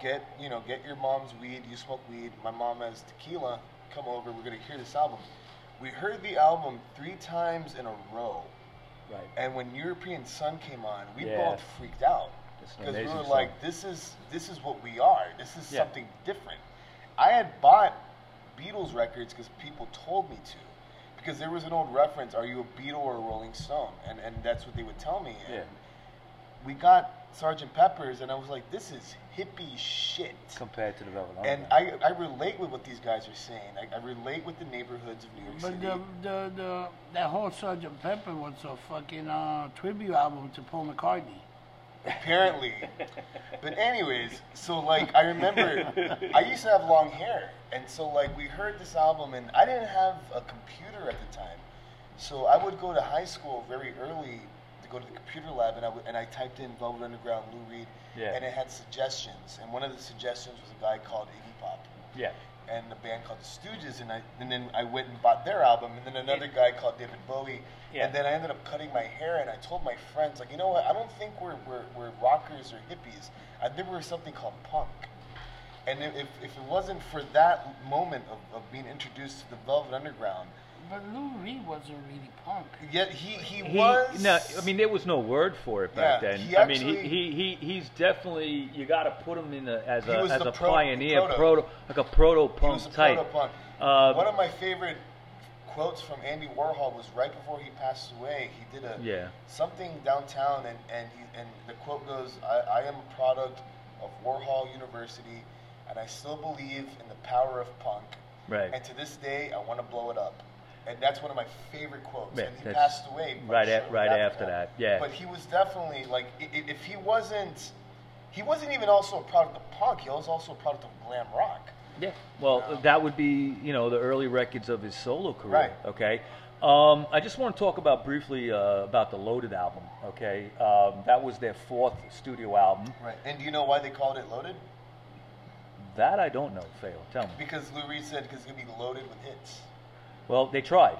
S3: get you know get your mom's weed. You smoke weed. My mom has tequila. Come over. We're gonna hear this album. We heard the album three times in a row.
S2: Right.
S3: And when European Sun came on, we
S2: Yeah.
S3: both freaked out
S2: It's an
S3: because we were
S2: amazing song.
S3: like, "This is this is what we are. This is
S2: Yeah.
S3: something different." I had bought Beatles records because people told me to, because there was an old reference: "Are you a Beatle or a Rolling Stone?" And and that's what they would tell me. And
S2: Yeah.
S3: We got Sergeant Pepper's, and I was like, "This is hippie shit."
S2: Compared to the Velvet
S3: And
S2: Underground.
S3: I, I relate with what these guys are saying. I, I relate with the neighborhoods of New York
S1: But
S3: City.
S1: the, the the that whole Sgt. Pepper was a fucking uh, tribute album to Paul McCartney.
S3: apparently. but anyways, so like I remember, I used to have long hair, and so like we heard this album, and I didn't have a computer at the time, so I would go to high school very early to go to the computer lab, and I would, and I typed in Velvet Underground Lou Reed,
S2: Yeah.
S3: and it had suggestions, and one of the suggestions was a guy called Iggy Pop.
S2: Yeah.
S3: and a band called the Stooges, and I and then I went and bought their album, and then another guy called David Bowie,
S2: Yeah.
S3: and then I ended up cutting my hair, and I told my friends like, you know what? I don't think we're we're, we're rockers or hippies. I think we're something called punk. And if, if- if it wasn't for that moment of, of being introduced to the Velvet Underground,
S1: But Lou Reed wasn't really punk.
S3: yet he, he,
S2: He,
S3: was
S2: no, I mean there was no word for it back
S3: Yeah,
S2: then.
S3: he
S2: I mean,
S3: actually-
S2: he, he, he he's definitely you got to put him in a, as
S3: He
S2: a
S3: was
S2: as
S3: the
S2: a
S3: pro-
S2: pioneer,
S3: proto.
S2: like a proto
S3: he was a
S2: punk type.
S3: proto-punk.
S2: Uh,
S3: One of my favorite quotes from Andy Warhol was right before he passed away. He did a
S2: Yeah.
S3: something downtown, and and he, and the quote goes, I, "I am a product of Warhol University, and I still believe in the power of punk.
S2: Right.
S3: And to this day, I want to blow it up." And that's one of my favorite quotes.
S2: Yeah,
S3: and he
S2: that's
S3: passed away
S2: right
S3: shortly
S2: at- right after that, yeah.
S3: But he was definitely like, i- i- if he wasn't, he wasn't even also a product of punk. He was also a product of glam rock.
S2: Yeah. Well, that would be you know the early records of his solo career.
S3: Right.
S2: Okay. Um, I just want to talk about briefly uh, about the Loaded album. Okay. Um, that was their fourth studio album.
S3: Right. And do you know why they called it loaded?
S2: That I don't know. Fail. Tell me.
S3: Because Lou Reed said 'cause it's gonna be loaded with hits.
S2: Well, they tried.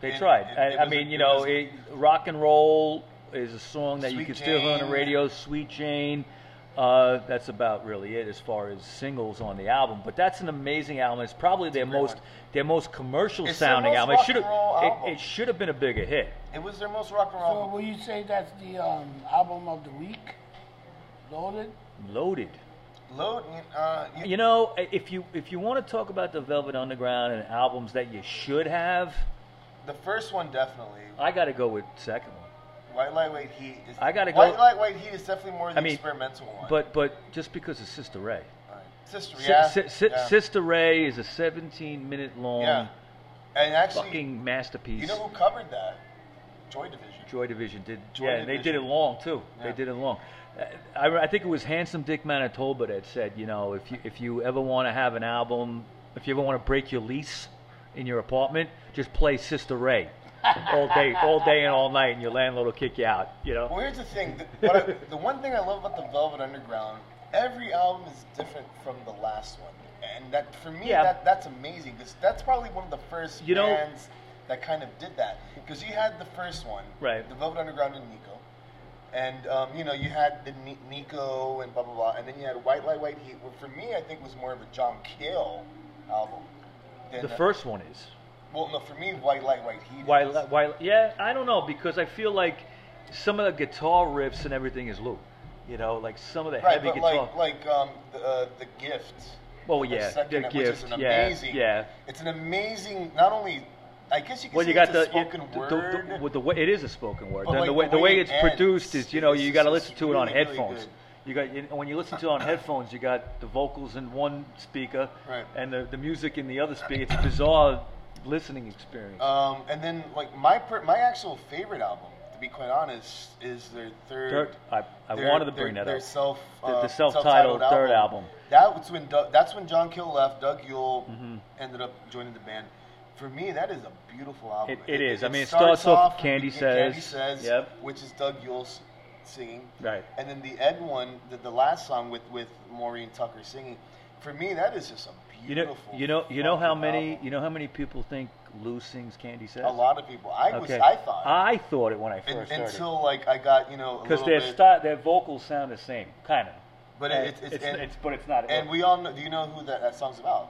S2: They
S3: It-
S2: tried.
S3: it-
S2: I,
S3: it
S2: I
S3: was a-
S2: mean, you
S3: it
S2: know,
S3: was-
S2: it, rock and roll is a song that you
S3: Sweet
S2: can still hear on the
S3: Jane.
S2: radio. Sweet Jane. Uh, that's about really it as far as singles on the album. But that's an amazing album. It's probably their
S3: great
S2: most
S3: one.
S2: their most commercial
S3: It's their
S2: sounding
S3: most
S2: album. It
S3: rock
S2: should have
S3: and roll
S2: it,
S3: album.
S2: it should have been a bigger hit.
S3: It was their most rock and roll.
S1: So will you say that's the um, album of the week? Loaded?
S2: Loaded.
S3: Load. Uh, you,
S2: You know, i- if you if you want to talk about the Velvet Underground and albums that you should have,
S3: the first one definitely.
S2: I got to go with second one.
S3: White lightweight heat. Is,
S2: I gotta go-
S3: White lightweight heat is definitely more the
S2: I mean,
S3: experimental one.
S2: But but just because it's Sister Ray.
S3: All right. sister,
S2: Si-
S3: yeah,
S2: Si- Si-
S3: yeah,
S2: Sister Ray is a 17 minute long
S3: yeah. And actually,
S2: fucking masterpiece.
S3: you know who covered that? Joy Division.
S2: Joy Division did.
S3: Joy
S2: yeah, and they did it
S3: Division.
S2: long too. They
S3: Yeah.
S2: did it long. Uh, I, I think it was Handsome Dick Manitoba that said, you know, if you if you ever want to have an album, if you ever want to break your lease in your apartment, just play Sister Ray all day, all day and all night, and your landlord will kick you out. You know.
S3: Well, here's the thing. The, what I, the one thing I love about the Velvet Underground, every album is different from the last one, and that for me,
S2: Yeah.
S3: that that's amazing because that's probably one of the first
S2: You know-
S3: bands that kind of did that. Because you had the first one,
S2: Right.
S3: The Velvet Underground and Nico, and um, you know you had the Ni- Nico and blah blah blah, and then you had White Light White Heat, which for me I think was more of a John Cale album. Than
S2: The
S3: a-
S2: first one is.
S3: well, no, for me, White Light White Heat.
S2: Why?
S3: is-
S2: Why? Yeah, I don't know because I feel like some of the guitar riffs and everything is Lou. You know, like some of the
S3: Right,
S2: heavy
S3: but
S2: guitar.
S3: like like um the, uh, the gift.
S2: Oh,
S3: the
S2: yeah,
S3: second,
S2: The
S3: which is
S2: Gift,
S3: an
S2: yeah,
S3: amazing,
S2: yeah.
S3: It's an amazing. Not only, I guess you can.
S2: well,
S3: say
S2: you got
S3: it's a
S2: the,
S3: spoken
S2: the- the-
S3: word.
S2: the- with the way it is a spoken word.
S3: But,
S2: Then
S3: like,
S2: the way the
S3: the
S2: way,
S3: way
S2: it's
S3: it ends,
S2: produced is, you know,
S3: it's
S2: you got to
S3: just-
S2: listen to it on
S3: really, really
S2: headphones.
S3: good.
S2: you got you- when you listen to it on headphones, you got the vocals in one speaker
S3: Right.
S2: and the, the music in the other speaker. It's a bizarre listening experience.
S3: um, and then like my per- my actual favorite album, to be quite honest, is their third.
S2: Third- I- I
S3: their-
S2: wanted to
S3: their-
S2: bring that
S3: their
S2: up.
S3: Self,
S2: The- the
S3: uh,
S2: self-titled third album.
S3: That was when Doug, that's when John Kill left. Doug Yule
S2: Mm-hmm.
S3: ended up joining the band. For me, that is a beautiful album.
S2: It- it is. I mean, it starts off with
S3: with
S2: Candy
S3: the-
S2: Says.
S3: Candy Says,
S2: Yep.
S3: which is Doug Yule's singing.
S2: Right.
S3: And then the end one, the, the last song with, with Maureen Tucker singing, for me that is just a
S2: you know,
S3: beautiful.
S2: you know, you know how
S3: fucking
S2: many
S3: album.
S2: you know how many people think Lou sings Candy Says.
S3: A lot of people. I was.
S2: Okay.
S3: I thought.
S2: I thought it when I
S3: Un
S2: first heard it.
S3: until like I got you know a
S2: Because
S3: little
S2: their
S3: bit.
S2: style, their vocals sound the same, kind of.
S3: But it- it's- it's- and-
S2: but it's not.
S3: and we all know. Do you know who that, that song's about?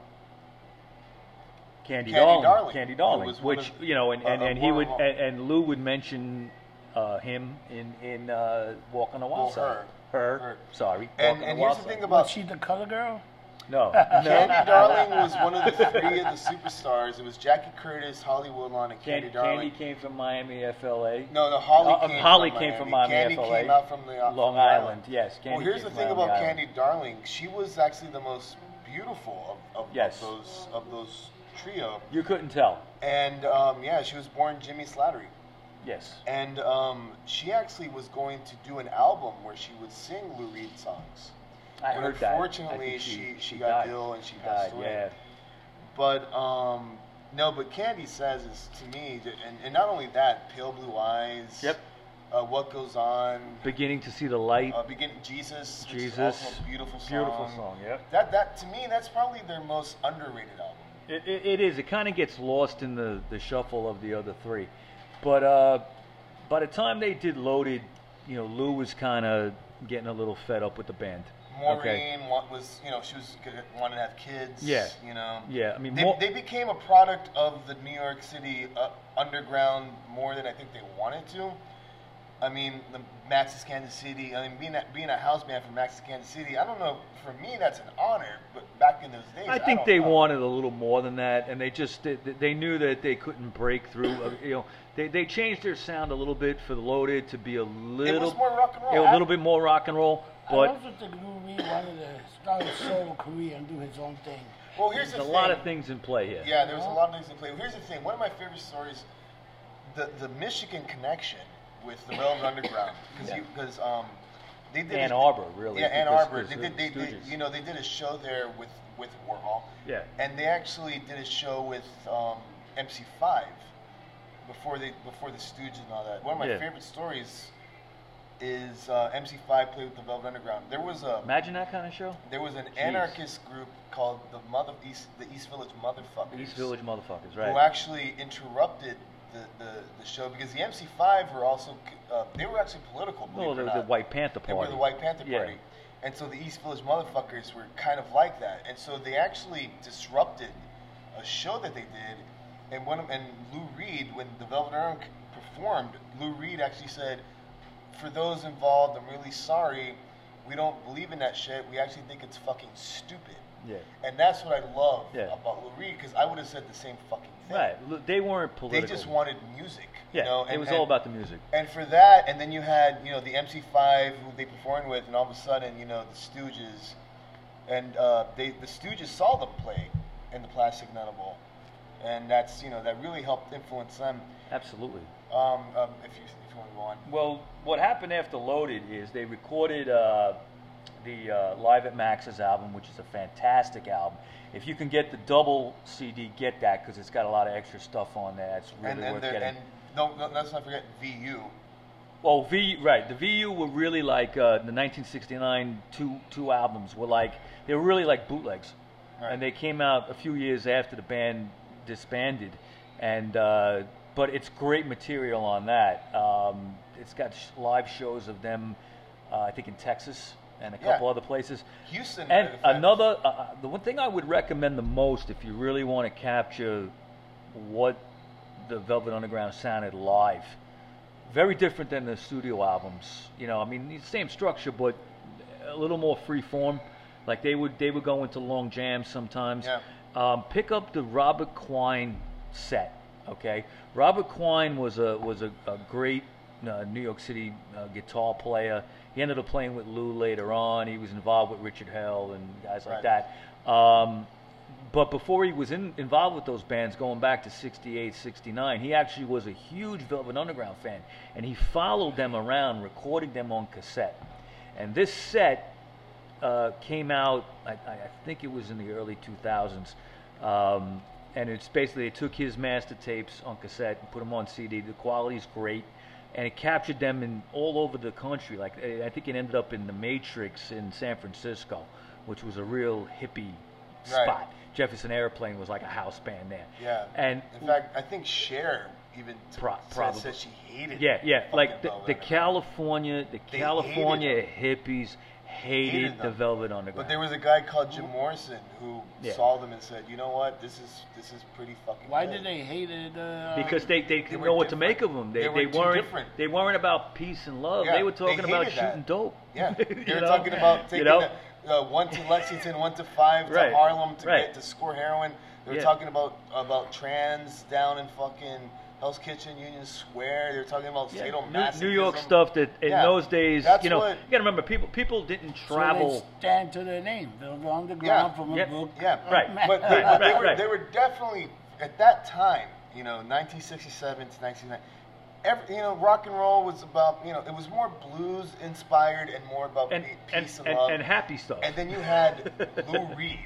S2: Candy,
S3: Candy
S2: Darling,
S3: Darling,
S2: Candy
S3: who
S2: Darling,
S3: was one
S2: which
S3: of-
S2: you know, and,
S3: uh,
S2: and,
S3: uh,
S2: and he
S3: one
S2: would
S3: of-
S2: and, and Lou would mention uh, him in in uh, Walk on the Wild
S3: Well,
S2: Side. Her,
S3: Her.
S2: sorry. Walk
S3: And,
S2: on
S3: and
S2: the Wild
S3: here's the
S2: Side.
S3: thing
S1: Was
S3: about
S1: she the color girl?
S2: No,
S3: Candy Darling was one of the three of the superstars. It was Jackie Curtis, Holly Woodlawn, and Candy,
S2: Candy,
S3: Darling.
S2: Candy came from Miami FLA.
S3: No, no, Holly
S2: Uh,
S3: came
S2: Holly
S3: from
S2: came
S3: Miami.
S2: from Miami,
S3: Candy
S2: FLA.
S3: came out from the uh,
S2: Long
S3: from the
S2: Island, yes, Candy
S3: well, here's
S2: came
S3: the
S2: from
S3: thing
S2: Long
S3: about
S2: Island.
S3: Candy Darling. She was actually the most beautiful of, of, of
S2: Yes.
S3: those of those trio.
S2: You couldn't tell.
S3: And um, yeah, she was born Jimmy Slattery.
S2: Yes.
S3: And um, she actually was going to do an album where she would sing Lou Reed songs.
S2: I
S3: But
S2: heard that. I
S3: unfortunately,
S2: think
S3: she, she, got
S2: died.
S3: ill and she
S2: died.
S3: passed away.
S2: Yeah.
S3: But um, no, but Candy says is to me, and, and not only that, pale blue eyes.
S2: Yep.
S3: uh, What Goes On,
S2: Beginning to see the light.
S3: uh, Beginning Jesus, which is
S2: Jesus.
S3: also a beautiful song.
S2: Beautiful song. Yeah.
S3: That that to me, that's probably their most underrated album.
S2: It, it, it is. It kind of gets lost in the, the shuffle of the other three. But uh, by the time they did Loaded, you know, Lou was kind of getting a little fed up with the band.
S3: Maureen wa- was, you know, she was gonna, wanted to have kids.
S2: Yeah.
S3: You know.
S2: Yeah, I mean,
S3: They,
S2: Mau-
S3: they became a product of the New York City uh, underground more than I think they wanted to. I mean, the Max's Kansas City. I mean, being a, being a house band from Max's Kansas City. I don't know. For me, that's an honor. But back in those days,
S2: I think
S3: don't
S2: they
S3: know.
S2: wanted a little more than that, and they just they, they knew that they couldn't break through. uh, You know, they, they changed their sound a little bit for Loaded to be a little
S3: It was more rock and roll.
S2: you know, a little bit more rock and roll.
S1: I
S2: But
S1: also think Lou Reed wanted to start his solo career and do his own thing.
S3: Well, here's
S2: there's
S3: the
S2: a
S3: thing.
S2: lot of things in play here.
S3: Yeah, there was a lot of things in play. Here's the thing. One of my favorite stories, the the Michigan connection with the Velvet Underground, because
S2: Yeah.
S3: because um, they did
S2: Ann
S3: a-
S2: Arbor, really,
S3: Yeah, Ann
S2: because-
S3: Arbor. They
S2: because
S3: did.
S2: the
S3: They, did.
S2: Stooges.
S3: you know, they did a show there with with Warhol.
S2: Yeah.
S3: And they actually did a show with um, MC5 before they before the Stooges and all that. One of my
S2: Yeah.
S3: favorite stories is uh, MC5 played with the Velvet Underground. There was a
S2: Imagine that kind of show.
S3: there was an
S2: Jeez.
S3: anarchist group called the Mother East the East Village Motherfuckers
S2: East Village motherfuckers, right?
S3: who actually interrupted the, the, the show because the MC5 were also uh, they were actually political. believe
S2: No,
S3: it
S2: they
S3: or
S2: were the
S3: not.
S2: White Panther
S3: They
S2: Party.
S3: were the White Panther
S2: Yeah.
S3: Party, and so the East Village motherfuckers were kind of like that, and so they actually disrupted a show that they did, and one of- and Lou Reed when the Velvet Underground performed, Lou Reed actually said, "For those involved, I'm really sorry. We don't believe in that shit. We actually think it's fucking stupid."
S2: Yeah.
S3: And that's what I love
S2: Yeah.
S3: about Lou Reed because I would have said the same fucking thing.
S2: Right. Look, They weren't
S3: They
S2: political.
S3: just wanted music.
S2: Yeah.
S3: you know?
S2: it was all about the music.
S3: And for that, and then you had you know the MC5 who they performed with, and all of a sudden you know the Stooges, and uh, they the Stooges saw them play in the Plastic Nano Bowl, and that's you know that really helped influence them.
S2: Absolutely.
S3: Um, um, if you if you want to go on,
S2: Well, what happened after Loaded is they recorded uh, the uh, Live at Max's album, which is a fantastic album. If you can get the double CD, get that because it's got a lot of extra stuff on there. That's really
S3: and
S2: worth
S3: and, the,
S2: getting.
S3: and don't, don't- let's not forget VU.
S2: Well, V right. The VU were really like uh, the 1969 two two albums were like they were really like bootlegs,
S3: Right.
S2: and they came out a few years after the band disbanded, and uh, but it's great material on that. Um, it's got sh- live shows of them, uh, I think in Texas and a
S3: Yeah.
S2: couple other places.
S3: Houston
S2: And
S3: matter of fact,
S2: another, uh, uh, the one thing I would recommend the most if you really want to capture what the Velvet Underground sounded live, very different than the studio albums. You know, I mean, the same structure, but a little more free form. Like they would, they would go into long jams sometimes.
S3: Yeah.
S2: Um, pick up the Robert Quine set. Okay, Robert Quine was a was a, a great uh, New York City uh, guitar player. He ended up playing with Lou later on. He was involved with Richard Hell and guys like
S3: Right.
S2: that. Um, but before he was in, involved with those bands, going back to 68, 69, he actually was a huge Velvet Underground fan. And he followed them around, recording them on cassette. And this set uh, came out, I, I I think it was in the early 2000s. Um, and it's basically, they took his master tapes on cassette and put them on CD. The quality's great. And it captured them in all over the country. Like, I I think it ended up in the Matrix in San Francisco, which was a real hippie
S3: Right.
S2: spot. Jefferson Airplane was like a house band there.
S3: yeah.
S2: And
S3: in fact, I think Cher even t-
S2: Pro-
S3: said,
S2: probably.
S3: said she hated.
S2: yeah, yeah,
S3: fucking
S2: like the,
S3: Velvet
S2: the
S3: Underground.
S2: California, the
S3: They
S2: California
S3: hated
S2: hippies hated,
S3: Hated
S2: the
S3: them.
S2: Velvet Underground.
S3: But there was a guy called Jim Morrison who
S2: Yeah.
S3: saw them and said, "You know what? This is this is pretty fucking."
S1: Why
S3: good."
S1: did they hate it? Uh,
S2: because they, they didn't
S3: were
S2: know what to
S3: different.
S2: make of them. They,
S3: They
S2: they,
S3: were too
S2: weren't
S3: different.
S2: they weren't about peace and love.
S3: Yeah,
S2: they were
S3: they
S2: talking about
S3: hated
S2: shooting
S3: that.
S2: dope.
S3: Yeah, they
S2: You
S3: were
S2: know?
S3: talking about taking
S2: you know?
S3: the, uh, one to Lexington, one to five to
S2: Right,
S3: Harlem to
S2: right.
S3: get to score heroin. They were
S2: Yeah.
S3: talking about about trans down in fucking Hell's Kitchen, Union Square. They were talking about
S2: Yeah,
S3: sadomasochism.
S2: New, New York stuff that in
S3: Yeah,
S2: those days,
S3: that's
S2: you know,
S3: what-
S2: you got to remember people people didn't
S1: so
S2: travel.
S1: They stand to their name. They'll go
S3: Yeah,
S1: underground from a
S2: yeah,
S1: book.
S3: Yeah,
S2: Right.
S3: But they, but they
S2: Right,
S3: were
S2: right.
S3: they were definitely at that time, you know, 1967 to 1990. Every, you know, rock and roll was about you know it was more blues inspired and more about
S2: and,
S3: pe-
S2: and,
S3: peace
S2: and,
S3: and, love.
S2: and happy stuff.
S3: And then you had Lou Reed,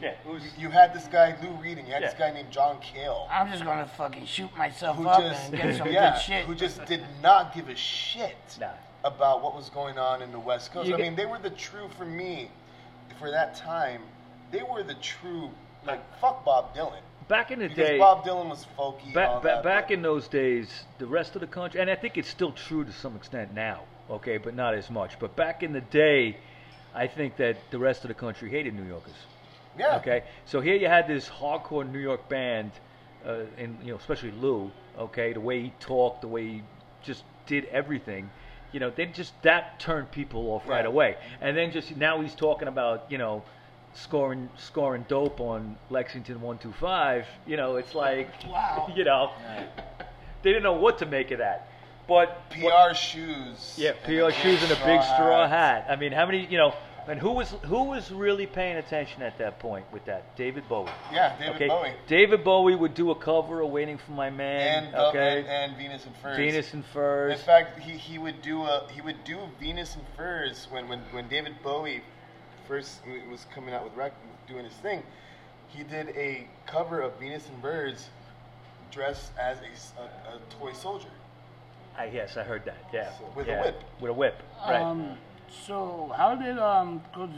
S2: Yeah, who's
S3: You, you had this guy Lou Reed, and you had this
S2: Yeah.
S3: guy named John Cale,
S1: I'm just gonna fucking shoot myself
S3: who
S1: up
S3: just
S1: and get some
S3: yeah,
S1: good shit.
S3: who just did not give a shit
S2: Nah.
S3: about what was going on in the West Coast.
S2: You
S3: I
S2: get-
S3: mean, they were the true for me, for that time, they were the true like fuck Bob Dylan
S2: back in the
S3: because
S2: day?
S3: Bob Dylan was folky. and all
S2: Back,
S3: that,
S2: back, back
S3: but-
S2: in those days, the rest of the country, and I think it's still true to some extent now, okay, but not as much. But back in the day, I think that the rest of the country hated New Yorkers.
S3: yeah,
S2: Okay, so here you had this hardcore New York band, uh, and you know, especially Lou. Okay, the way he talked, the way he just did everything. You know, they just that turned people off right
S3: Yeah.
S2: away. And then just now he's talking about you know, scoring scoring dope on Lexington one two five. You know, it's like
S1: Wow.
S2: You know, they didn't know what to make of that. But
S3: PR
S2: what-
S3: shoes.
S2: yeah,
S3: and
S2: PR
S3: a
S2: shoes and a big
S3: straw
S2: straw
S3: hat.
S2: hat. I mean, how many? You know, and who was who was really paying attention at that point with that? David Bowie.
S3: Yeah, David
S2: okay,
S3: Bowie.
S2: David Bowie would do a cover of "Waiting for My Man."
S3: And, uh,
S2: okay,
S3: and, and Venus and Furs.
S2: Venus and Furs.
S3: In fact, he, he would do a he would do Venus and Furs when, when, when David Bowie first was coming out with rec- doing his thing. He did a cover of Venus and Birds dressed as a s- a, a toy soldier.
S2: I, Ah, yes, I heard that. Yeah,
S3: So, with a
S2: yeah,
S3: whip.
S2: With a whip, right?
S1: Um, so how did um? 'cause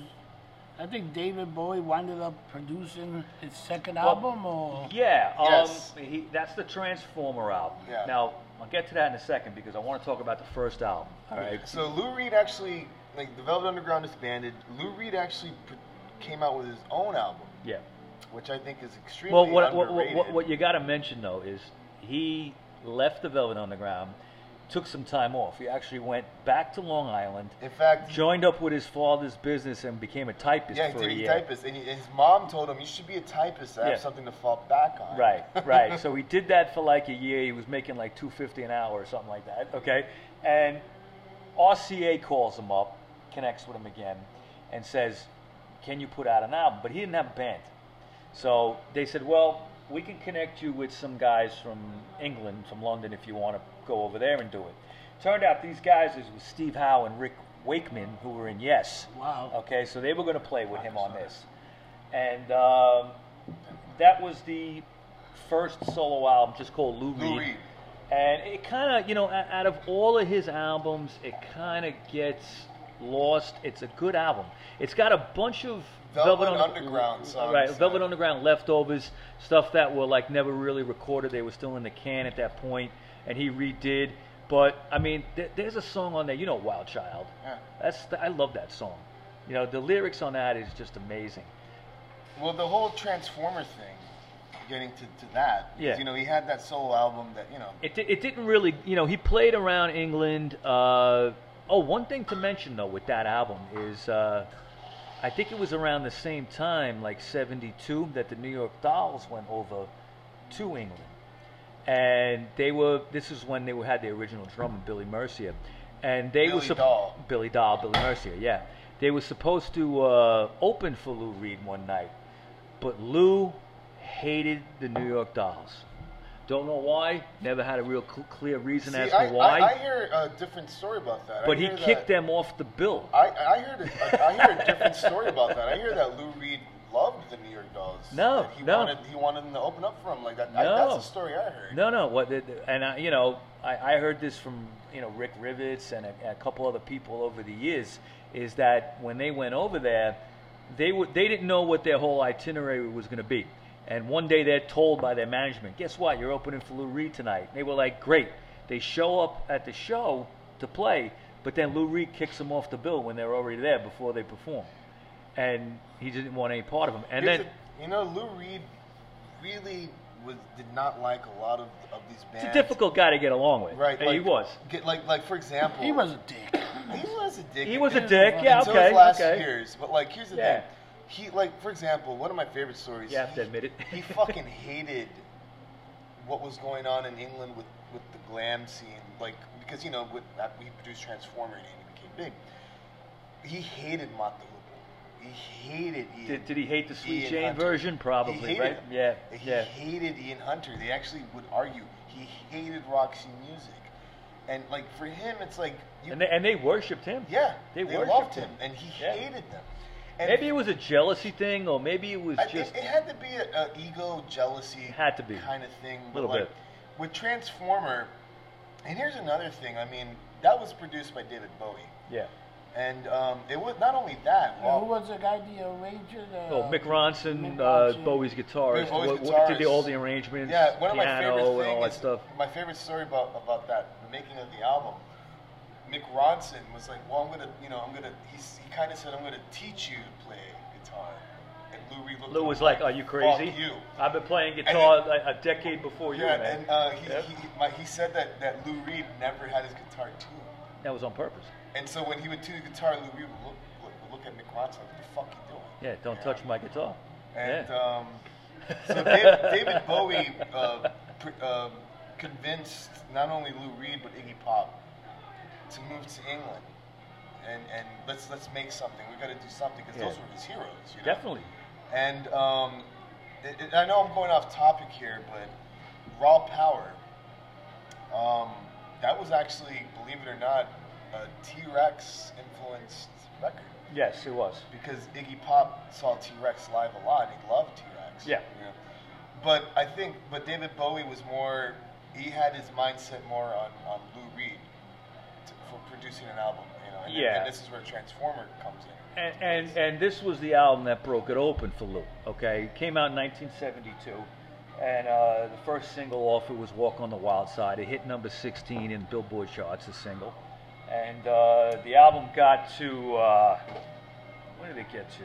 S1: I think David Bowie winded up producing his second
S2: Well,
S1: album, or
S2: yeah, um,
S3: Yes.
S2: he, that's the Transformer album.
S3: Yeah.
S2: Now I'll get to that in a second because I want to talk about the first album. All right.
S3: So Lou Reed actually like the Velvet Underground disbanded. Lou Reed actually pr- came out with his own album,
S2: Yeah.
S3: which I think is extremely
S2: Well, what what, what,
S3: underrated.
S2: what, what you got to mention though is he left the Velvet Underground, took some time off. He actually went back to Long Island,
S3: In fact,
S2: joined up with his father's business, and became a typist
S3: yeah,
S2: for
S3: he did
S2: a
S3: he
S2: year.
S3: typist, and he, his mom told him, "You should be a typist. I
S2: Yeah.
S3: have something to fall back on."
S2: Right, right. so he did that for like a year. He was making like two fifty an hour or something like that. Okay, and RCA calls him up, connects with him again, and says, "Can you put out an album?" But he didn't have a band, so they said, "Well, we can connect you with some guys from England, from London, if you want to go over there and do it." Turned out these guys was Steve Howe and Rick Wakeman, who were in Yes.
S1: Wow.
S2: Okay, so they were going to play with him on this, and um, that was the first solo album, just called Lou Reed.
S3: Lou Reed.
S2: And it kind of, you know, o- out of all of his albums, it kind of gets lost. It's a good album. It's got a bunch of
S3: Velvet
S2: Under-
S3: Underground songs,
S2: right? Velvet
S3: yeah.
S2: Underground leftovers, stuff that were like never really recorded. They were still in the can at that point, and he redid. But I mean, th- there's a song on there, you know, Wild Child.
S3: Yeah.
S2: That's the, I love that song. You know, the lyrics on that is just amazing.
S3: Well, the whole Transformer thing, getting to, to that.
S2: Yeah.
S3: You know, he had that solo album that you know.
S2: It, di- it didn't really, you know, he played around England. Uh, oh, one thing to mention though with that album is, uh, I think it was around the same time, like '72, that the New York Dolls went over to England, and they were. This is when they were, had the original drummer Billy Mercier, and they were
S3: Billy Doll.
S2: Billy Doll, Billy Mercier, yeah. They were supposed to uh, open for Lou Reed one night, but Lou hated the New York Dolls. Don't know why. Never had a real cl- clear reason
S3: See,
S2: as to
S3: I,
S2: why.
S3: I, I hear a different story about that. I
S2: but he
S3: hear
S2: kicked
S3: that,
S2: them off the bill.
S3: I, I heard a, I hear a different story about that. I hear that Lou Reed loved the New York Dolls.
S2: No,
S3: that he
S2: no.
S3: wanted he wanted them to open up for him like that. I,
S2: No.
S3: that's the story I heard.
S2: No, no. What? The, the- and I, you know, I, I heard this from you know Rick Rivets and a, a couple other people over the years. Is that when they went over there, they would they didn't know what their whole itinerary was going to be. And one day they're told by their management, "Guess what? You're opening for Lou Reed tonight." They were like, "Great!" They show up at the show to play, but then Lou Reed kicks them off the bill when they're already there before they perform, and he didn't want any part of them. And
S3: Here's
S2: then.
S3: the- you know, Lou Reed really was did not like a lot of, of these bands.
S2: It's a difficult guy to get along with.
S3: right?
S2: And he
S3: like-
S2: was.
S3: get- like like for example,
S1: he was a dick.
S3: he was a dick.
S2: He was a
S3: until-
S2: dick. Yeah.
S3: until
S2: Okay.
S3: his last
S2: okay.
S3: years. But like, here's the
S2: Yeah.
S3: thing. He like, for example, one of my favorite stories.
S2: You have to
S3: he-
S2: admit it.
S3: he fucking hated what was going on in England with with the glam scene, like because you know with that he produced Transformer and he became big. He hated Mott the Hoople. He hated. Ian,
S2: Did, did he hate the Sweet
S3: Ian
S2: Jane
S3: Hunter.
S2: version? Probably,
S3: He hated
S2: right?
S3: him.
S2: Yeah,
S3: He
S2: yeah.
S3: hated Ian Hunter. They actually would argue. He hated Roxy Music, and like for him, it's like you
S2: And they, and they worshipped him.
S3: yeah,
S2: They
S3: they,
S2: worshipped
S3: loved him,
S2: him.
S3: and he
S2: Yeah.
S3: hated them. And
S2: maybe it was a jealousy thing, or maybe it was
S3: I
S2: just
S3: think it had to be a, a ego jealousy
S2: Had to be.
S3: kind of thing. but,
S2: Little
S3: like,
S2: bit.
S3: with Transformer, and here's another thing. I mean, that was produced by David Bowie,
S2: yeah.
S3: and um, it was not only that.
S1: Who
S3: Well,
S1: was the guy, the arranger? The,
S2: Oh, Mick Ronson,
S1: Mick
S2: Uh,
S1: Ronson.
S2: Bowie's guitarist,
S3: Bowie's
S2: what, what did the,
S3: guitarist.
S2: all the arrangements,
S3: yeah, one of my
S2: piano,
S3: favorite
S2: and all that
S3: things.
S2: stuff.
S3: My favorite story about about that, the making of the album. Mick Ronson was like, "Well, I'm gonna, you know, I'm gonna." He's, he kind of said, "I'm gonna teach you to play guitar." And Lou Reed looked at
S2: Lou
S3: him
S2: was like, "Are you crazy?
S3: Fuck you."
S2: I've been playing
S3: then-
S2: guitar a, a decade before you,
S3: Yeah,
S2: man.
S3: and uh, he,
S2: Yeah.
S3: he, my, he said that, that Lou Reed never had his guitar tuned.
S2: that was on purpose.
S3: And so when he would tune the guitar, Lou Reed would look, look, would look at Mick Ronson like, what the fuck you doing?
S2: Yeah, don't
S3: Yeah.
S2: touch my guitar.
S3: And
S2: yeah.
S3: um, so David, David Bowie uh, pr- um convinced not only Lou Reed but Iggy Pop to move to England and, and let's let's make something. We got to do something because
S2: Yeah.
S3: those were his heroes. You know?
S2: Definitely.
S3: And um, it, it- I know I'm going off topic here, but Raw Power, um, that was actually, believe it or not, a T Rex influenced record
S2: Yes, it was.
S3: because Iggy Pop saw T Rex live a lot and he loved T Rex.
S2: Yeah.
S3: But I think, but David Bowie was more, he had his mindset more on, on Lou Reed to, for producing an album, you know. And,
S2: Yeah.
S3: and this is where Transformer comes in.
S2: And, and and this was the album that broke it open for Lou. Okay, it came out in 1972, and uh, the first single off it was "Walk on the Wild Side." It hit number 16 in Billboard charts, a single, and uh, the album got to uh, what did it get to?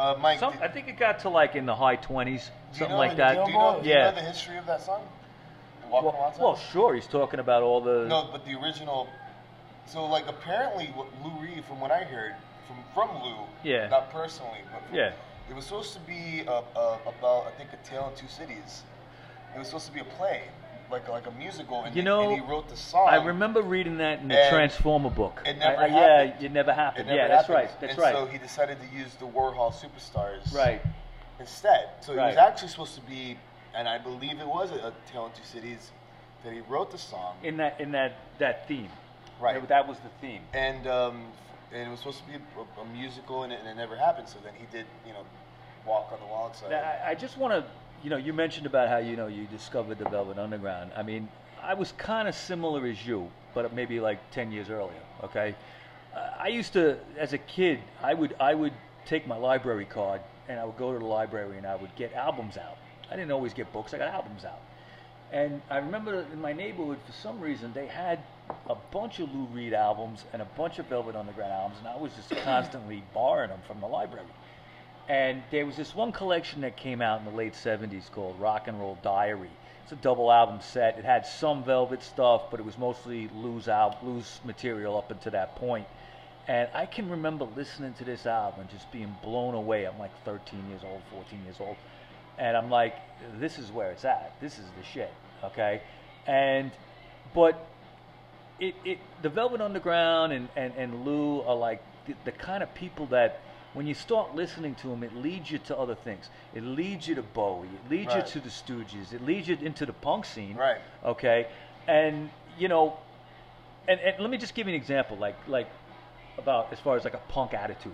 S3: Uh, Mike,
S2: Some,
S3: do-
S2: I think it got to like in the high 20s,
S3: Do
S2: something
S3: you know,
S2: like
S3: Do
S2: that.
S3: you know, do you
S2: Yeah.
S3: know the history of that song? The Walk on
S2: Well,
S3: Water?
S2: well, sure, he's talking about all the
S3: no, but the original. So, like, apparently, what Lou Reed, from what I heard, from from Lou,
S2: Yeah.
S3: not personally, but from,
S2: Yeah.
S3: it was supposed to be uh, uh, about I think a Tale in Two Cities. It was supposed to be a play, like like a musical, and,
S2: You
S3: he-
S2: know,
S3: and he wrote the song.
S2: I remember reading that in the
S3: and
S2: Transformer book.
S3: it never
S2: I- I-
S3: happened.
S2: Yeah, it never
S3: It
S2: happened.
S3: never
S2: yeah, that's
S3: happened.
S2: right. That's
S3: and
S2: right.
S3: So he decided to use the Warhol Superstars.
S2: right.
S3: instead. So it was
S2: Right.
S3: actually supposed to be, and I believe it was a, a Tale in Two Cities that he wrote the song.
S2: In that in that that theme.
S3: Right.
S2: That, that was the theme.
S3: and um, and it was supposed to be a, a, a musical, and it, and it never happened. So then he did, you know, walk on the wild side.
S2: Now, I, I just want to, you know, you mentioned about how you know you discovered the Velvet Underground. I mean, I was kind of similar as you, but maybe like ten years earlier. Okay, uh, I used to, as a kid, I would I would take my library card and I would go to the library and I would get albums out. I didn't always get books. I got albums out. And I remember in my neighborhood, for some reason, they had a bunch of Lou Reed albums and a bunch of Velvet Underground albums, and I was just constantly borrowing them from the library. And there was this one collection that came out in the late 70s called Rock and Roll Diary. It's a double album set. It had some Velvet stuff, but it was mostly Lou's, al- Lou's material up until that point. And I can remember listening to this album and just being blown away. I'm like 13 years old, 14 years old. And I'm like, this is where it's at. This is the shit. Okay? And, but it, it the Velvet Underground and, and, and Lou are like the, the kind of people that when you start listening to them, it leads you to other things. It leads you to Bowie. It leads
S3: Right.
S2: you to the Stooges. It leads you into the punk scene.
S3: Right.
S2: Okay. And you know, and, and let me just give you an example, like like about as far as like a punk attitude.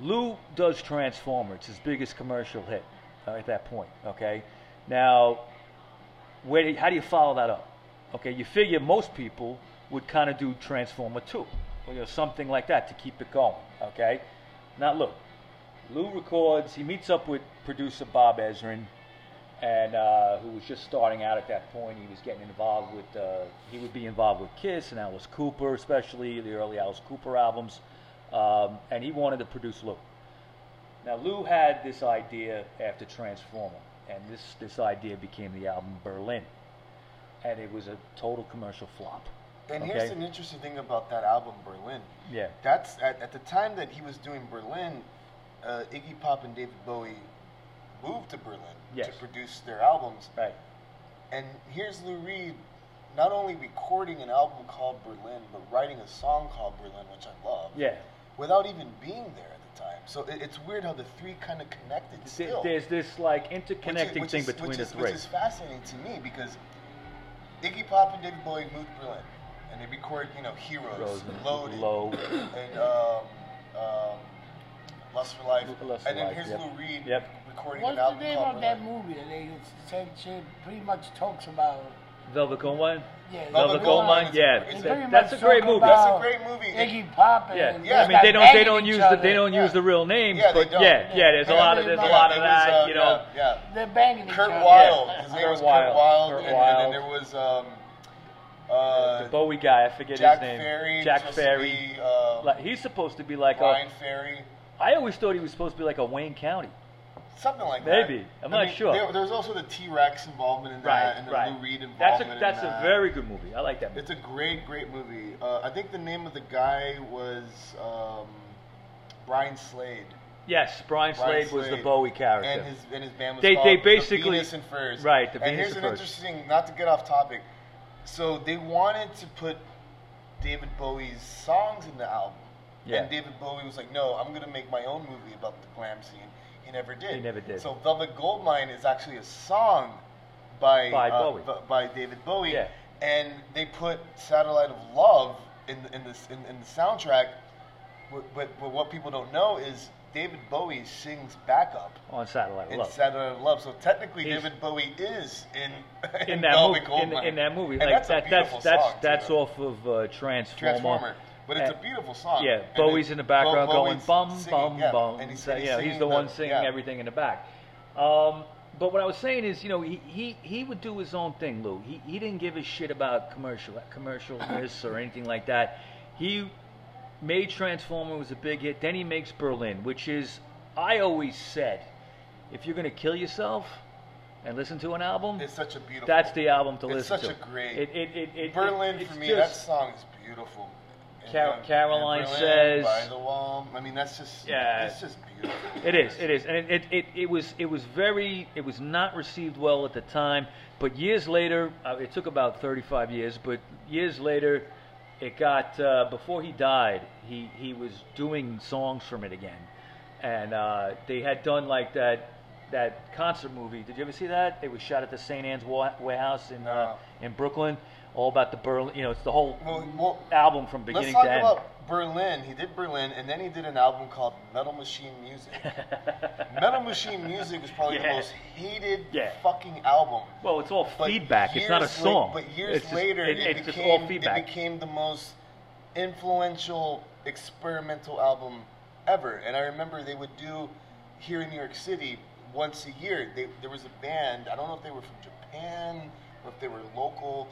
S2: Lou does Transformer. It's his biggest commercial hit uh, at that point. Okay. Now where do you, how do you follow that up? Okay, you figure most people would kind of do Transformer 2 or you know, something like that to keep it going. Okay, now look, Lou records, he meets up with producer Bob Ezrin, and uh, who was just starting out at that point. He was getting involved with, uh, he would be involved with Kiss and Alice Cooper, especially the early Alice Cooper albums, um, and he wanted to produce Lou. Now Lou had this idea after Transformer, and this this idea became the album Berlin, and it was a total commercial flop.
S3: and
S2: okay.
S3: here's an interesting thing about that album, Berlin.
S2: Yeah,
S3: That's at, at the time that he was doing Berlin, uh, Iggy Pop and David Bowie moved to Berlin
S2: Yes.
S3: to produce their albums.
S2: right.
S3: And here's Lou Reed, not only recording an album called Berlin, but writing a song called Berlin, which I love.
S2: Yeah,
S3: Without even being there at the time, so it, it's weird how the three kind of connected.
S2: There-
S3: Still,
S2: there's this like
S3: Which
S2: interconnecting
S3: is- which
S2: thing
S3: is-
S2: between
S3: which
S2: the
S3: is-
S2: three.
S3: Which is fascinating to me because Iggy Pop and David Bowie moved to Berlin, and they record, you know, Heroes,
S2: Rose and
S3: Loaded,
S2: Low.
S3: and um, um, Lust for Life.
S2: Lust for
S3: and then
S2: Life,
S3: here's
S2: yep.
S3: Lou Reed
S2: Yep.
S3: recording
S1: What's
S3: an
S1: the
S3: album
S1: name
S3: called
S1: of that
S3: Relent.
S1: movie that they said shit pretty much talks about?
S2: Velvet Gold Mine.
S1: Yeah,
S3: Velvet
S2: Velvet Gold Mine.
S3: Goldmine.
S2: Yeah,
S3: It's
S1: It's
S2: that-
S1: pretty
S2: that's a
S1: much
S2: great
S1: talking
S2: movie.
S1: about
S3: That's a great movie.
S1: Iggy Pop and
S2: Yeah,
S3: Yeah,
S2: I mean
S3: like
S2: they don't they don't use the they
S1: name.
S2: don't use the real names,
S3: Yeah, they
S2: but
S3: don't.
S2: yeah, yeah, there's a
S1: Yeah,
S2: lot of
S1: they
S2: there's a
S1: don't.
S2: lot of
S3: it
S2: that,
S3: was, uh,
S2: you know.
S3: Yeah, yeah.
S1: They're banging each
S3: Kurt
S1: other.
S3: Wild.
S2: Yeah.
S3: His name was
S2: Kurt Wild.
S3: Kurt Wild.
S2: Kurt
S3: and, and then
S2: Wild.
S3: there was um, uh,
S2: the Bowie guy, I forget
S3: Jack
S2: his name.
S3: Ferry.
S2: Jack
S3: supposed to
S2: Ferry.
S3: be, um,
S2: Like, he's supposed to be like uh,
S3: Brian
S2: a.
S3: Ferry.
S2: I always thought he was supposed to be like a Wayne County.
S3: Something like that.
S2: Maybe. I'm
S3: I
S2: not
S3: mean,
S2: sure.
S3: There, there was also the T Rex involvement in that, and the Lou Reed involvement.
S2: That's a
S3: in
S2: that's a
S3: that.
S2: very good movie. I like that. Movie.
S3: It's a great, great movie. Uh, I think the name of the guy was um, Brian Slade,
S2: Yes, Brian
S3: Brian
S2: Slade, was the
S3: Slade.
S2: Bowie character.
S3: and his and his band was
S2: They-
S3: called
S2: they
S3: The
S2: basically-
S3: Venus and Furs.
S2: right, The
S3: and
S2: Venus
S3: here's
S2: and
S3: an
S2: Furs.
S3: interesting, not to get off topic. So they wanted to put David Bowie's songs in the album,
S2: Yeah.
S3: and David Bowie was like, "No, I'm gonna make my own movie about the glam scene." He never did.
S2: He never did.
S3: So Velvet Goldmine is actually a song by
S2: By
S3: uh,
S2: Bowie.
S3: b- by David Bowie.
S2: Yeah.
S3: And they put Satellite of Love in the, in this in, in the soundtrack. But, but, but what people don't know is David Bowie sings backup
S2: on Satellite
S3: in
S2: Love.
S3: Saturday Night Love. So technically,
S2: He's-
S3: David Bowie is in
S2: in that
S3: Velvet
S2: movie, in,
S3: Goldmine.
S2: in that movie, like
S3: And that's a
S2: that,
S3: beautiful
S2: that's that's
S3: song,
S2: that's
S3: too.
S2: off of uh, Transformer.
S3: Transformer. But it's
S2: Uh,
S3: a beautiful song.
S2: Yeah,
S3: And
S2: Bowie's
S3: it's-
S2: in the background
S3: Bo-
S2: going
S3: Bowie's
S2: bum
S3: singing,
S2: bum
S3: yeah,
S2: bum.
S3: And he's,
S2: So,
S3: he's
S2: yeah,
S3: singing
S2: he's the one singing
S3: yeah.
S2: everything in the back. Um, but what I was saying is, you know, he, he, he would do his own thing, Lou. He, he didn't give a shit about commercial commercial miss or anything like that. He made Transformer was a big hit. Then he makes Berlin, which is I always said, if you're gonna kill yourself and listen to an album,
S3: It's such a beautiful.
S2: that's the album to
S3: It's
S2: listen
S3: such
S2: to.
S3: a great-
S2: It, it, it, it,
S3: Berlin
S2: it-
S3: for
S2: it's
S3: me. that
S2: just-
S3: song is beautiful. And,
S2: Car-
S3: um, and
S2: Caroline
S3: Berlin,
S2: says-
S3: By the wall. I mean, that's just.
S2: Yeah.
S3: It's just beautiful.
S2: It is. It is, and it, it, it, it was it was very it was not received well at the time. But years later, uh, it took about 35 years. But years later, it got uh, before he died. He he was doing songs from it again, and uh, they had done like that that concert movie. Did you ever see that? It was shot at the St. Anne's Wa- Warehouse in uh, in Brooklyn. All about the Berlin. You know, it's the whole
S3: Well, well,
S2: album from beginning
S3: Let's talk
S2: to end.
S3: about Berlin. He did Berlin, and then he did an album called Metal Machine Music. Metal Machine Music was probably
S2: Yeah.
S3: the most hated
S2: Yeah.
S3: fucking album.
S2: Well, it's all
S3: But
S2: feedback. It's not a
S3: years la-
S2: song.
S3: but years
S2: It's just-
S3: later,
S2: it-
S3: it,
S2: it's just
S3: became,
S2: all feedback.
S3: it became the most influential experimental album ever. And I remember they would do here in New York City once a year. They, there was a band. I don't know if they were from Japan or if they were local.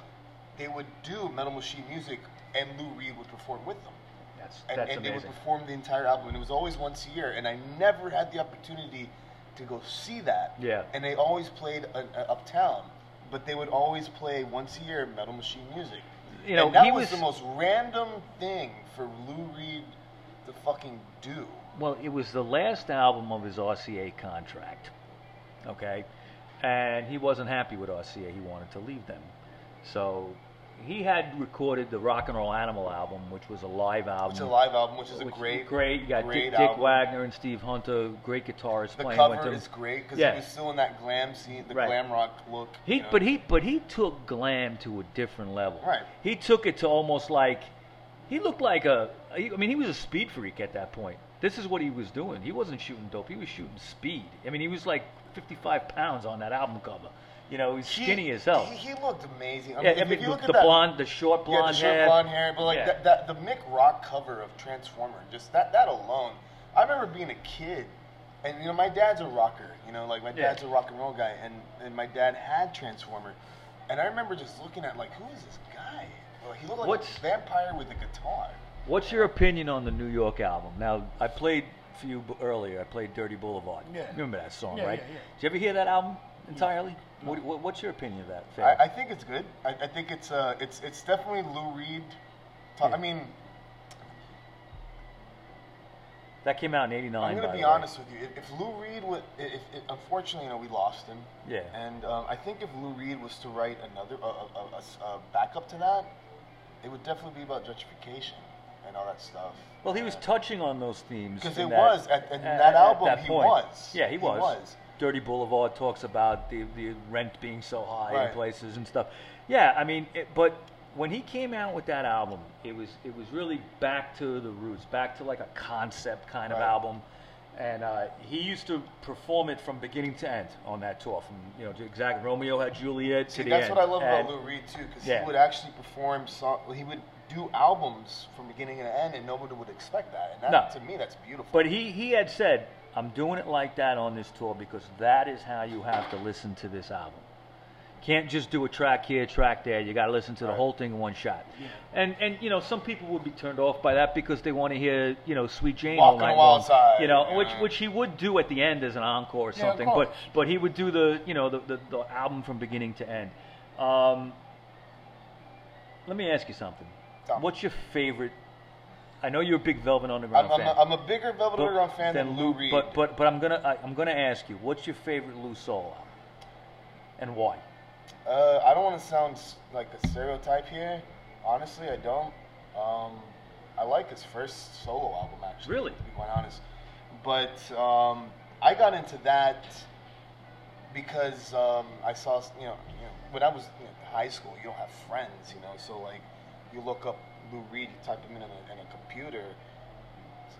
S3: They would do Metal Machine Music, and Lou Reed would perform with them
S2: That's,
S3: and,
S2: that's
S3: and they would
S2: amazing.
S3: perform the entire album. And it was always once a year, and I never had the opportunity to go see that.
S2: Yeah.
S3: And they always played uh uh uptown, but they would always play once a year Metal Machine Music.
S2: You know,
S3: and that
S2: he
S3: was,
S2: was-
S3: the most random thing for Lou Reed to fucking do.
S2: Well, it was the last album of his RCA contract. Okay? And he wasn't happy with RCA. He wanted to leave them. So he had recorded the Rock and Roll Animal album, which was a live album.
S3: It's a live album, which is a
S2: Mm. which-
S3: great,
S2: great. You got Dick,
S3: great
S2: Dick
S3: album.
S2: Wagner and Steve Hunter, great guitarists
S3: The
S2: playing with
S3: cover
S2: them.
S3: is great because
S2: Yeah.
S3: he was still in that glam scene, the
S2: Right.
S3: glam rock look.
S2: He,
S3: you know.
S2: but he, but he took glam to a different level.
S3: Right.
S2: He took it to almost like, he looked like a. he- I mean, he was a speed freak at that point. This is what he was doing. He wasn't shooting dope. He was shooting speed. I mean, he was like 55 pounds on that album cover. You know, he's
S3: He-
S2: skinny as hell.
S3: He, he looked amazing. I mean,
S2: yeah,
S3: if,
S2: I
S3: if
S2: mean,
S3: you
S2: the,
S3: look at
S2: the
S3: that,
S2: blonde, the short blonde
S3: yeah, the short
S2: hair.
S3: blonde hair, but like
S2: Yeah.
S3: that, that, the Mick Rock cover of Transformer, just that that alone. I remember being a kid, and you know my dad's a rocker. You know, like my
S2: Yeah.
S3: dad's a rock and roll guy, and and my dad had Transformer, and I remember just looking at like, who is this guy? Like, he looked like
S2: What's-
S3: a vampire with a guitar.
S2: What's your opinion on the New York album? Now, I played for you b- earlier. I played Dirty Boulevard.
S1: Yeah.
S2: Remember that song,
S1: Yeah,
S2: right?
S1: yeah, yeah.
S2: Did you ever hear that album entirely? What, what, what's your opinion of that? Phil?
S3: I, I think it's good. I, I think it's uh, it's it's definitely Lou Reed. Ta-
S2: Yeah.
S3: I mean,
S2: That came out in '89.
S3: I'm going
S2: by
S3: to be
S2: the way.
S3: honest with you. If, if Lou Reed would, if, if, unfortunately, you know, we lost him.
S2: Yeah.
S3: And um, I think if Lou Reed was to write another a, a, a- a s- a backup to that, it would definitely be about gentrification and all that stuff.
S2: Well, he was touching on those themes.
S3: Because
S2: in
S3: it
S2: that-
S3: was, at- in that album, he was.
S2: Yeah, he
S3: He
S2: was.
S3: was.
S2: Dirty Boulevard talks about the, the rent being so high in
S3: Right.
S2: places and stuff. Yeah, I mean, it, but when he came out with that album, it was it was really back to the roots, back to like a concept kind of
S3: Right.
S2: album, and uh, he used to perform it from beginning to end on that tour, from you know exactly Romeo had Juliet to
S3: See,
S2: the
S3: that's
S2: end.
S3: what I love
S2: And-
S3: about Lou Reed too, because
S2: Yeah.
S3: he would actually perform song. He would do albums from beginning to end, and nobody would expect that. And that,
S2: No.
S3: to me, that's beautiful.
S2: But he, he had said, I'm doing it like that on this tour because that is how you have to listen to this album. Can't just do a track here, track there. You got to listen to the
S3: Right.
S2: whole thing in one shot. And and you know some people would be turned off by that because they want to hear you know Sweet Jane all
S3: Walking
S2: night
S3: the Wild
S2: long.
S3: Side,
S2: you know,
S3: you
S2: which
S3: know.
S2: which he would do at the end as an
S1: Yeah,
S2: encore or
S1: of
S2: something. but
S1: course.
S2: but he would do the you know the, the, the album from beginning to end. Um, let me ask you something.
S3: Tell me.
S2: What's your favorite? I know you're a big Velvet Underground
S3: I'm, I'm,
S2: fan.
S3: a, I'm a bigger Velvet
S2: But-
S3: Underground fan than, Lou Reed.
S2: But but but I'm gonna I, I'm gonna ask you, what's your favorite Lou Soul album, and why?
S3: Uh, I don't want to sound s- like a stereotype here. Honestly, I don't. Um, I like his first solo album, actually.
S2: Really?
S3: To be quite honest. But um, I got into that because um, I saw, s- you know, you know, when I was you know, in high school, you don't have friends, you know, so like you look up Lou Reed, you type him in on a, in a computer.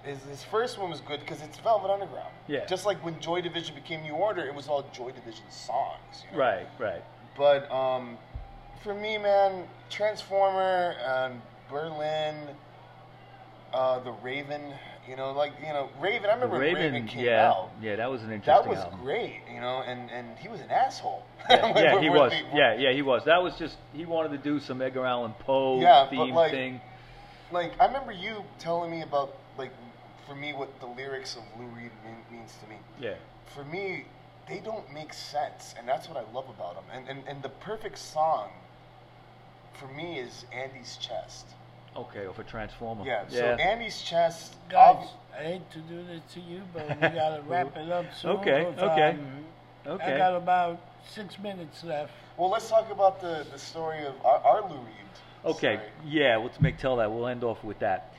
S3: His, his first one was good because it's Velvet Underground.
S2: Yeah.
S3: Just like when Joy Division became New Order, it was all Joy Division songs. You know?
S2: Right, right.
S3: But um, for me, man, Transformer, um, Berlin, uh, The Raven. You know, like you know, Raven. I remember Raven, came
S2: yeah,
S3: out.
S2: yeah, that was an interesting
S3: That was
S2: album.
S3: great. You know, and and he was an asshole.
S2: Yeah,
S3: We're-
S2: yeah, he
S3: we're-
S2: was.
S3: we're-
S2: Yeah, yeah, he was. That was just he wanted to do some Edgar Allan Poe
S3: Yeah, but
S2: theme
S3: like-
S2: thing.
S3: Like I remember you telling me about like for me what the lyrics of Lou Reed mean, means to me.
S2: Yeah,
S3: for me, they don't make sense, and that's what I love about them. And, and, and the perfect song for me is Andy's Chest.
S2: okay, or for Transformer.
S3: Yeah, so
S2: yeah.
S3: Andy's Chest.
S1: Guys,
S3: obvi-
S1: I hate to do this to you, but we gotta wrap it up soon.
S2: Okay,
S1: because
S2: okay.
S1: I'm-
S2: okay.
S1: I got about six minutes left.
S3: well, let's talk about the, the story of our, our Lou Reed.
S2: Okay,
S3: story.
S2: yeah, let's make tell that. We'll end off with that.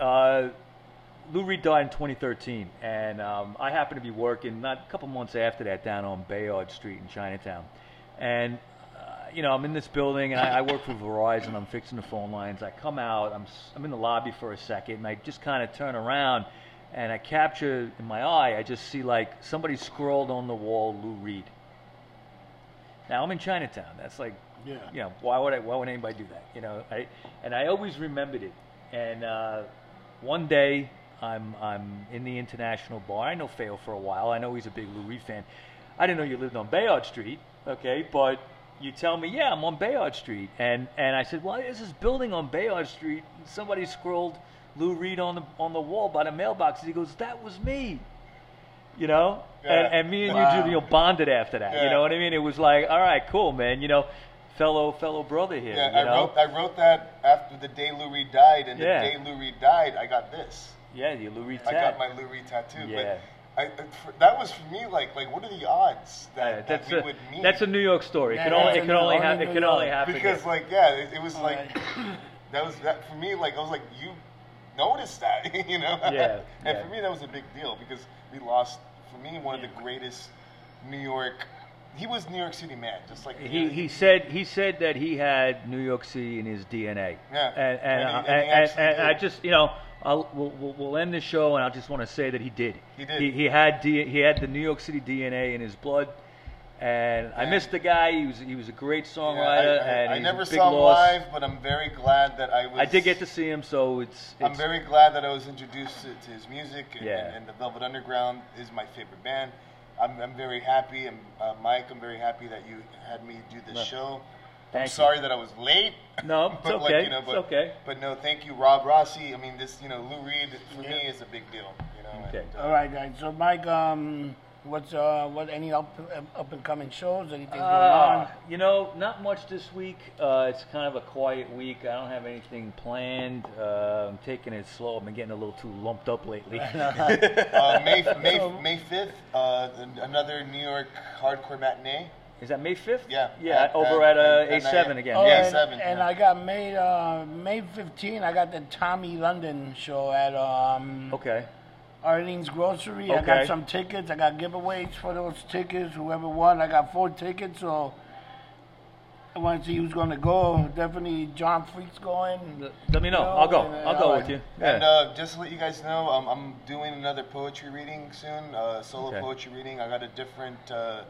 S2: Uh, Lou Reed died in 2013, and um, I happened to be working not a couple months after that down on Bayard Street in Chinatown, and uh, you know I'm in this building and I, I work for Verizon. I'm fixing the phone lines. I come out. I'm s- I'm in the lobby for a second, and I just kind of turn around, and I capture in my eye. I just see like somebody scrawled on the wall Lou Reed. Now I'm in Chinatown. That's like
S1: Yeah.
S2: you know, why would I? Why would anybody do that? You know, I and I always remembered it. And uh, one day, I'm I'm in the international bar. I know Feo for a while. I know he's a big Lou Reed fan. I didn't know you lived on Bayard Street, okay? But you tell me, yeah, I'm on Bayard Street, and and I said, well, there's this building on Bayard Street. And somebody scrolled Lou Reed on the on the wall by the mailbox. He goes, that was me. You know,
S3: Yeah.
S2: and, and me and
S1: Wow.
S2: you, you know, bonded after that. You
S3: Yeah.
S2: know what I mean? It was like, all right, cool, man. You know, fellow fellow brother here.
S3: Yeah,
S2: you
S3: I
S2: know?
S3: wrote I wrote that after the day Lou Reed died, and
S2: Yeah.
S3: the day Lou Reed died, I got this.
S2: yeah, the Lou Reed
S3: I
S2: tat.
S3: got my Lou Reed tattoo.
S2: Yeah.
S3: But I, for, that was for me like like what are the odds
S2: Yeah,
S3: that, that
S2: that's
S3: we
S2: a
S3: would meet?
S2: that's a New York story. It
S1: Yeah,
S2: can only
S1: that's
S2: it
S1: a
S2: can only
S1: New-
S2: ha-
S1: only
S2: it
S1: New
S2: can only
S1: York.
S2: happen here.
S3: because like yeah it, it was
S1: All
S3: like
S1: right.
S3: that was that for me like i was like you noticed that you know
S2: Yeah,
S3: and
S2: yeah.
S3: for me that was a big deal because we lost for me one of the greatest new york he was new york city man just like
S2: He, he said he said that he had New York City in his DNA.
S3: Yeah.
S2: And and
S3: And he-
S2: uh,
S3: and
S2: and,
S3: he
S2: and,
S3: actually
S2: and I
S3: did.
S2: just you know I'll, we'll, we'll we'll end the show and I just want to say that he did.
S3: He did.
S2: He, he had D, he had the New York City DNA in his blood. And I
S3: Yeah.
S2: miss the guy. He was he was a great
S3: Yeah,
S2: songwriter.
S3: I, I,
S2: and
S3: I
S2: he's a
S3: never
S2: big
S3: saw him
S2: loss.
S3: live but i'm very glad that i was
S2: I did get to see him, so it's,
S3: i'm
S2: it's
S3: very glad that i was introduced to, to his music and,
S2: Yeah.
S3: and, and the velvet underground is my favorite band i'm, I'm very happy and uh, mike i'm very happy that you had me do this
S2: No.
S3: show
S2: Thank
S3: i'm
S2: you.
S3: sorry that i was late
S2: no, it's
S3: But,
S2: okay,
S3: like, you know, but,
S2: it's okay.
S3: But no, thank you, Rob Rossi. I mean, this, you know, Lou Reed for me is a big deal. You know.
S2: Okay.
S3: and, uh,
S1: All right, guys. So, Mike, um, what's uh, what any up up and coming shows? Anything going on?
S2: Uh, you know, not much this week. Uh, it's kind of a quiet week. I don't have anything planned. Uh, I'm taking it slow. I've been getting a little too lumped up lately.
S3: uh, May May May fifth, uh, an- another New York hardcore matinee.
S2: Is that May 5th?
S3: Yeah.
S2: Yeah,
S3: At-
S2: over
S3: at-
S2: at, uh,
S3: at- at
S2: A7
S3: night.
S2: again.
S1: Oh,
S3: Yeah,
S1: and,
S3: seven,
S1: and
S3: yeah.
S1: I got May uh, May 15. I got the Tommy London show at um,
S2: Okay.
S1: Arlene's Grocery. I got
S2: Oh. Okay.
S1: some tickets. I got giveaways for those tickets. Whoever won, I got four tickets. So I wanted to see who's going to go. Definitely John Freak's going.
S2: Let me know.
S1: No,
S2: I'll go.
S1: and, uh,
S2: I'll go
S1: alright.
S2: with you.
S3: And
S2: Yeah.
S3: uh, just to let you guys know, um, I'm doing another poetry reading soon, uh, solo
S2: Okay.
S3: poetry reading. I got a different uh,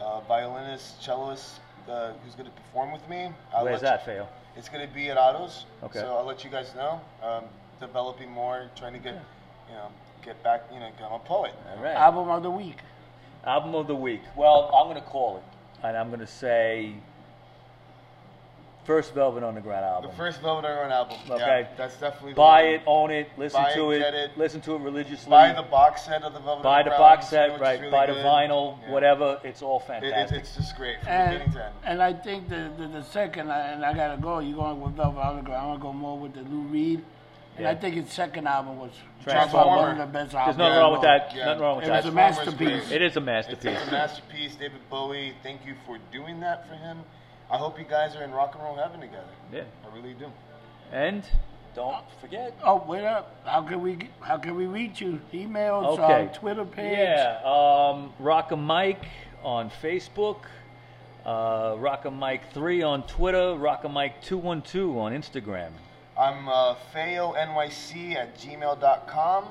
S3: uh, violinist, cellist uh, who's going to perform with me. I'll
S2: Where's
S3: let
S2: that, Fail?
S3: you- it's going to be at Otto's.
S2: Okay.
S3: So I'll let you guys know. Um, developing more, trying to get, you know, get back. You know, I'm a poet.
S2: All right.
S1: Album of the week.
S2: Album of the week. Well, I'm going to call it, and I'm going to say first Velvet Underground
S3: The
S2: album.
S3: first Velvet Underground album.
S2: Okay.
S3: Yeah, that's definitely the
S2: Buy
S3: one.
S2: it, own it, listen
S3: Buy
S2: to
S3: it,
S2: it,
S3: get it.
S2: listen to it religiously.
S3: Buy the box set of the Velvet
S2: Buy the
S3: Underground,
S2: box
S3: which
S2: set,
S3: is
S2: right?
S3: really
S2: buy the
S3: good.
S2: vinyl,
S3: Yeah.
S2: whatever. It's all
S3: It- It,
S2: fantastic.
S3: it's just great from beginning
S1: And,
S3: to end.
S1: and I think the, the, the second, I- and I gotta go, you're going with Velvet Underground. I wanna go more with the Lou Reed. And I
S2: Yeah.
S1: think his second album was
S2: Transformer.
S1: one of the best albums.
S2: There's nothing wrong with
S1: ever.
S2: that.
S3: Yeah.
S2: Nothing wrong with
S1: It was
S2: that.
S1: a
S3: Transformer's
S1: masterpiece.
S3: great.
S2: It is a
S3: It's
S2: masterpiece.
S3: a masterpiece, David Bowie. Thank you for doing that for him. I hope you guys are in rock and roll heaven together.
S2: Yeah.
S3: I really do.
S2: And don't forget.
S1: Oh, wait up. How can we how can we reach you? Emails,
S2: Okay.
S1: on Twitter page.
S2: Yeah, um, Rock a Mike on Facebook, uh, Rock a Mike three on Twitter, Rock a Mike two one two on Instagram.
S3: I'm uh, FayoNYC at gmail.com.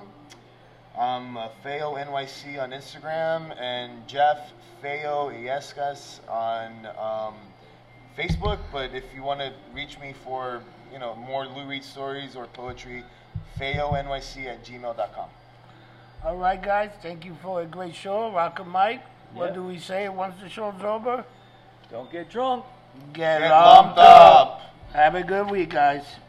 S3: I'm uh, FayoNYC on Instagram and Jeff Feo Iescas on um, Facebook. But if you want to reach me for you know more Lou Reed stories or poetry, FayoNYC at gmail.com.
S1: All right, guys. Thank you for a great show. Rock and Mike. What
S2: Yeah.
S1: do we say once the show's over?
S2: Don't get drunk.
S1: Get,
S3: Get
S1: lumped
S3: lumped up.
S1: Have a good week, guys.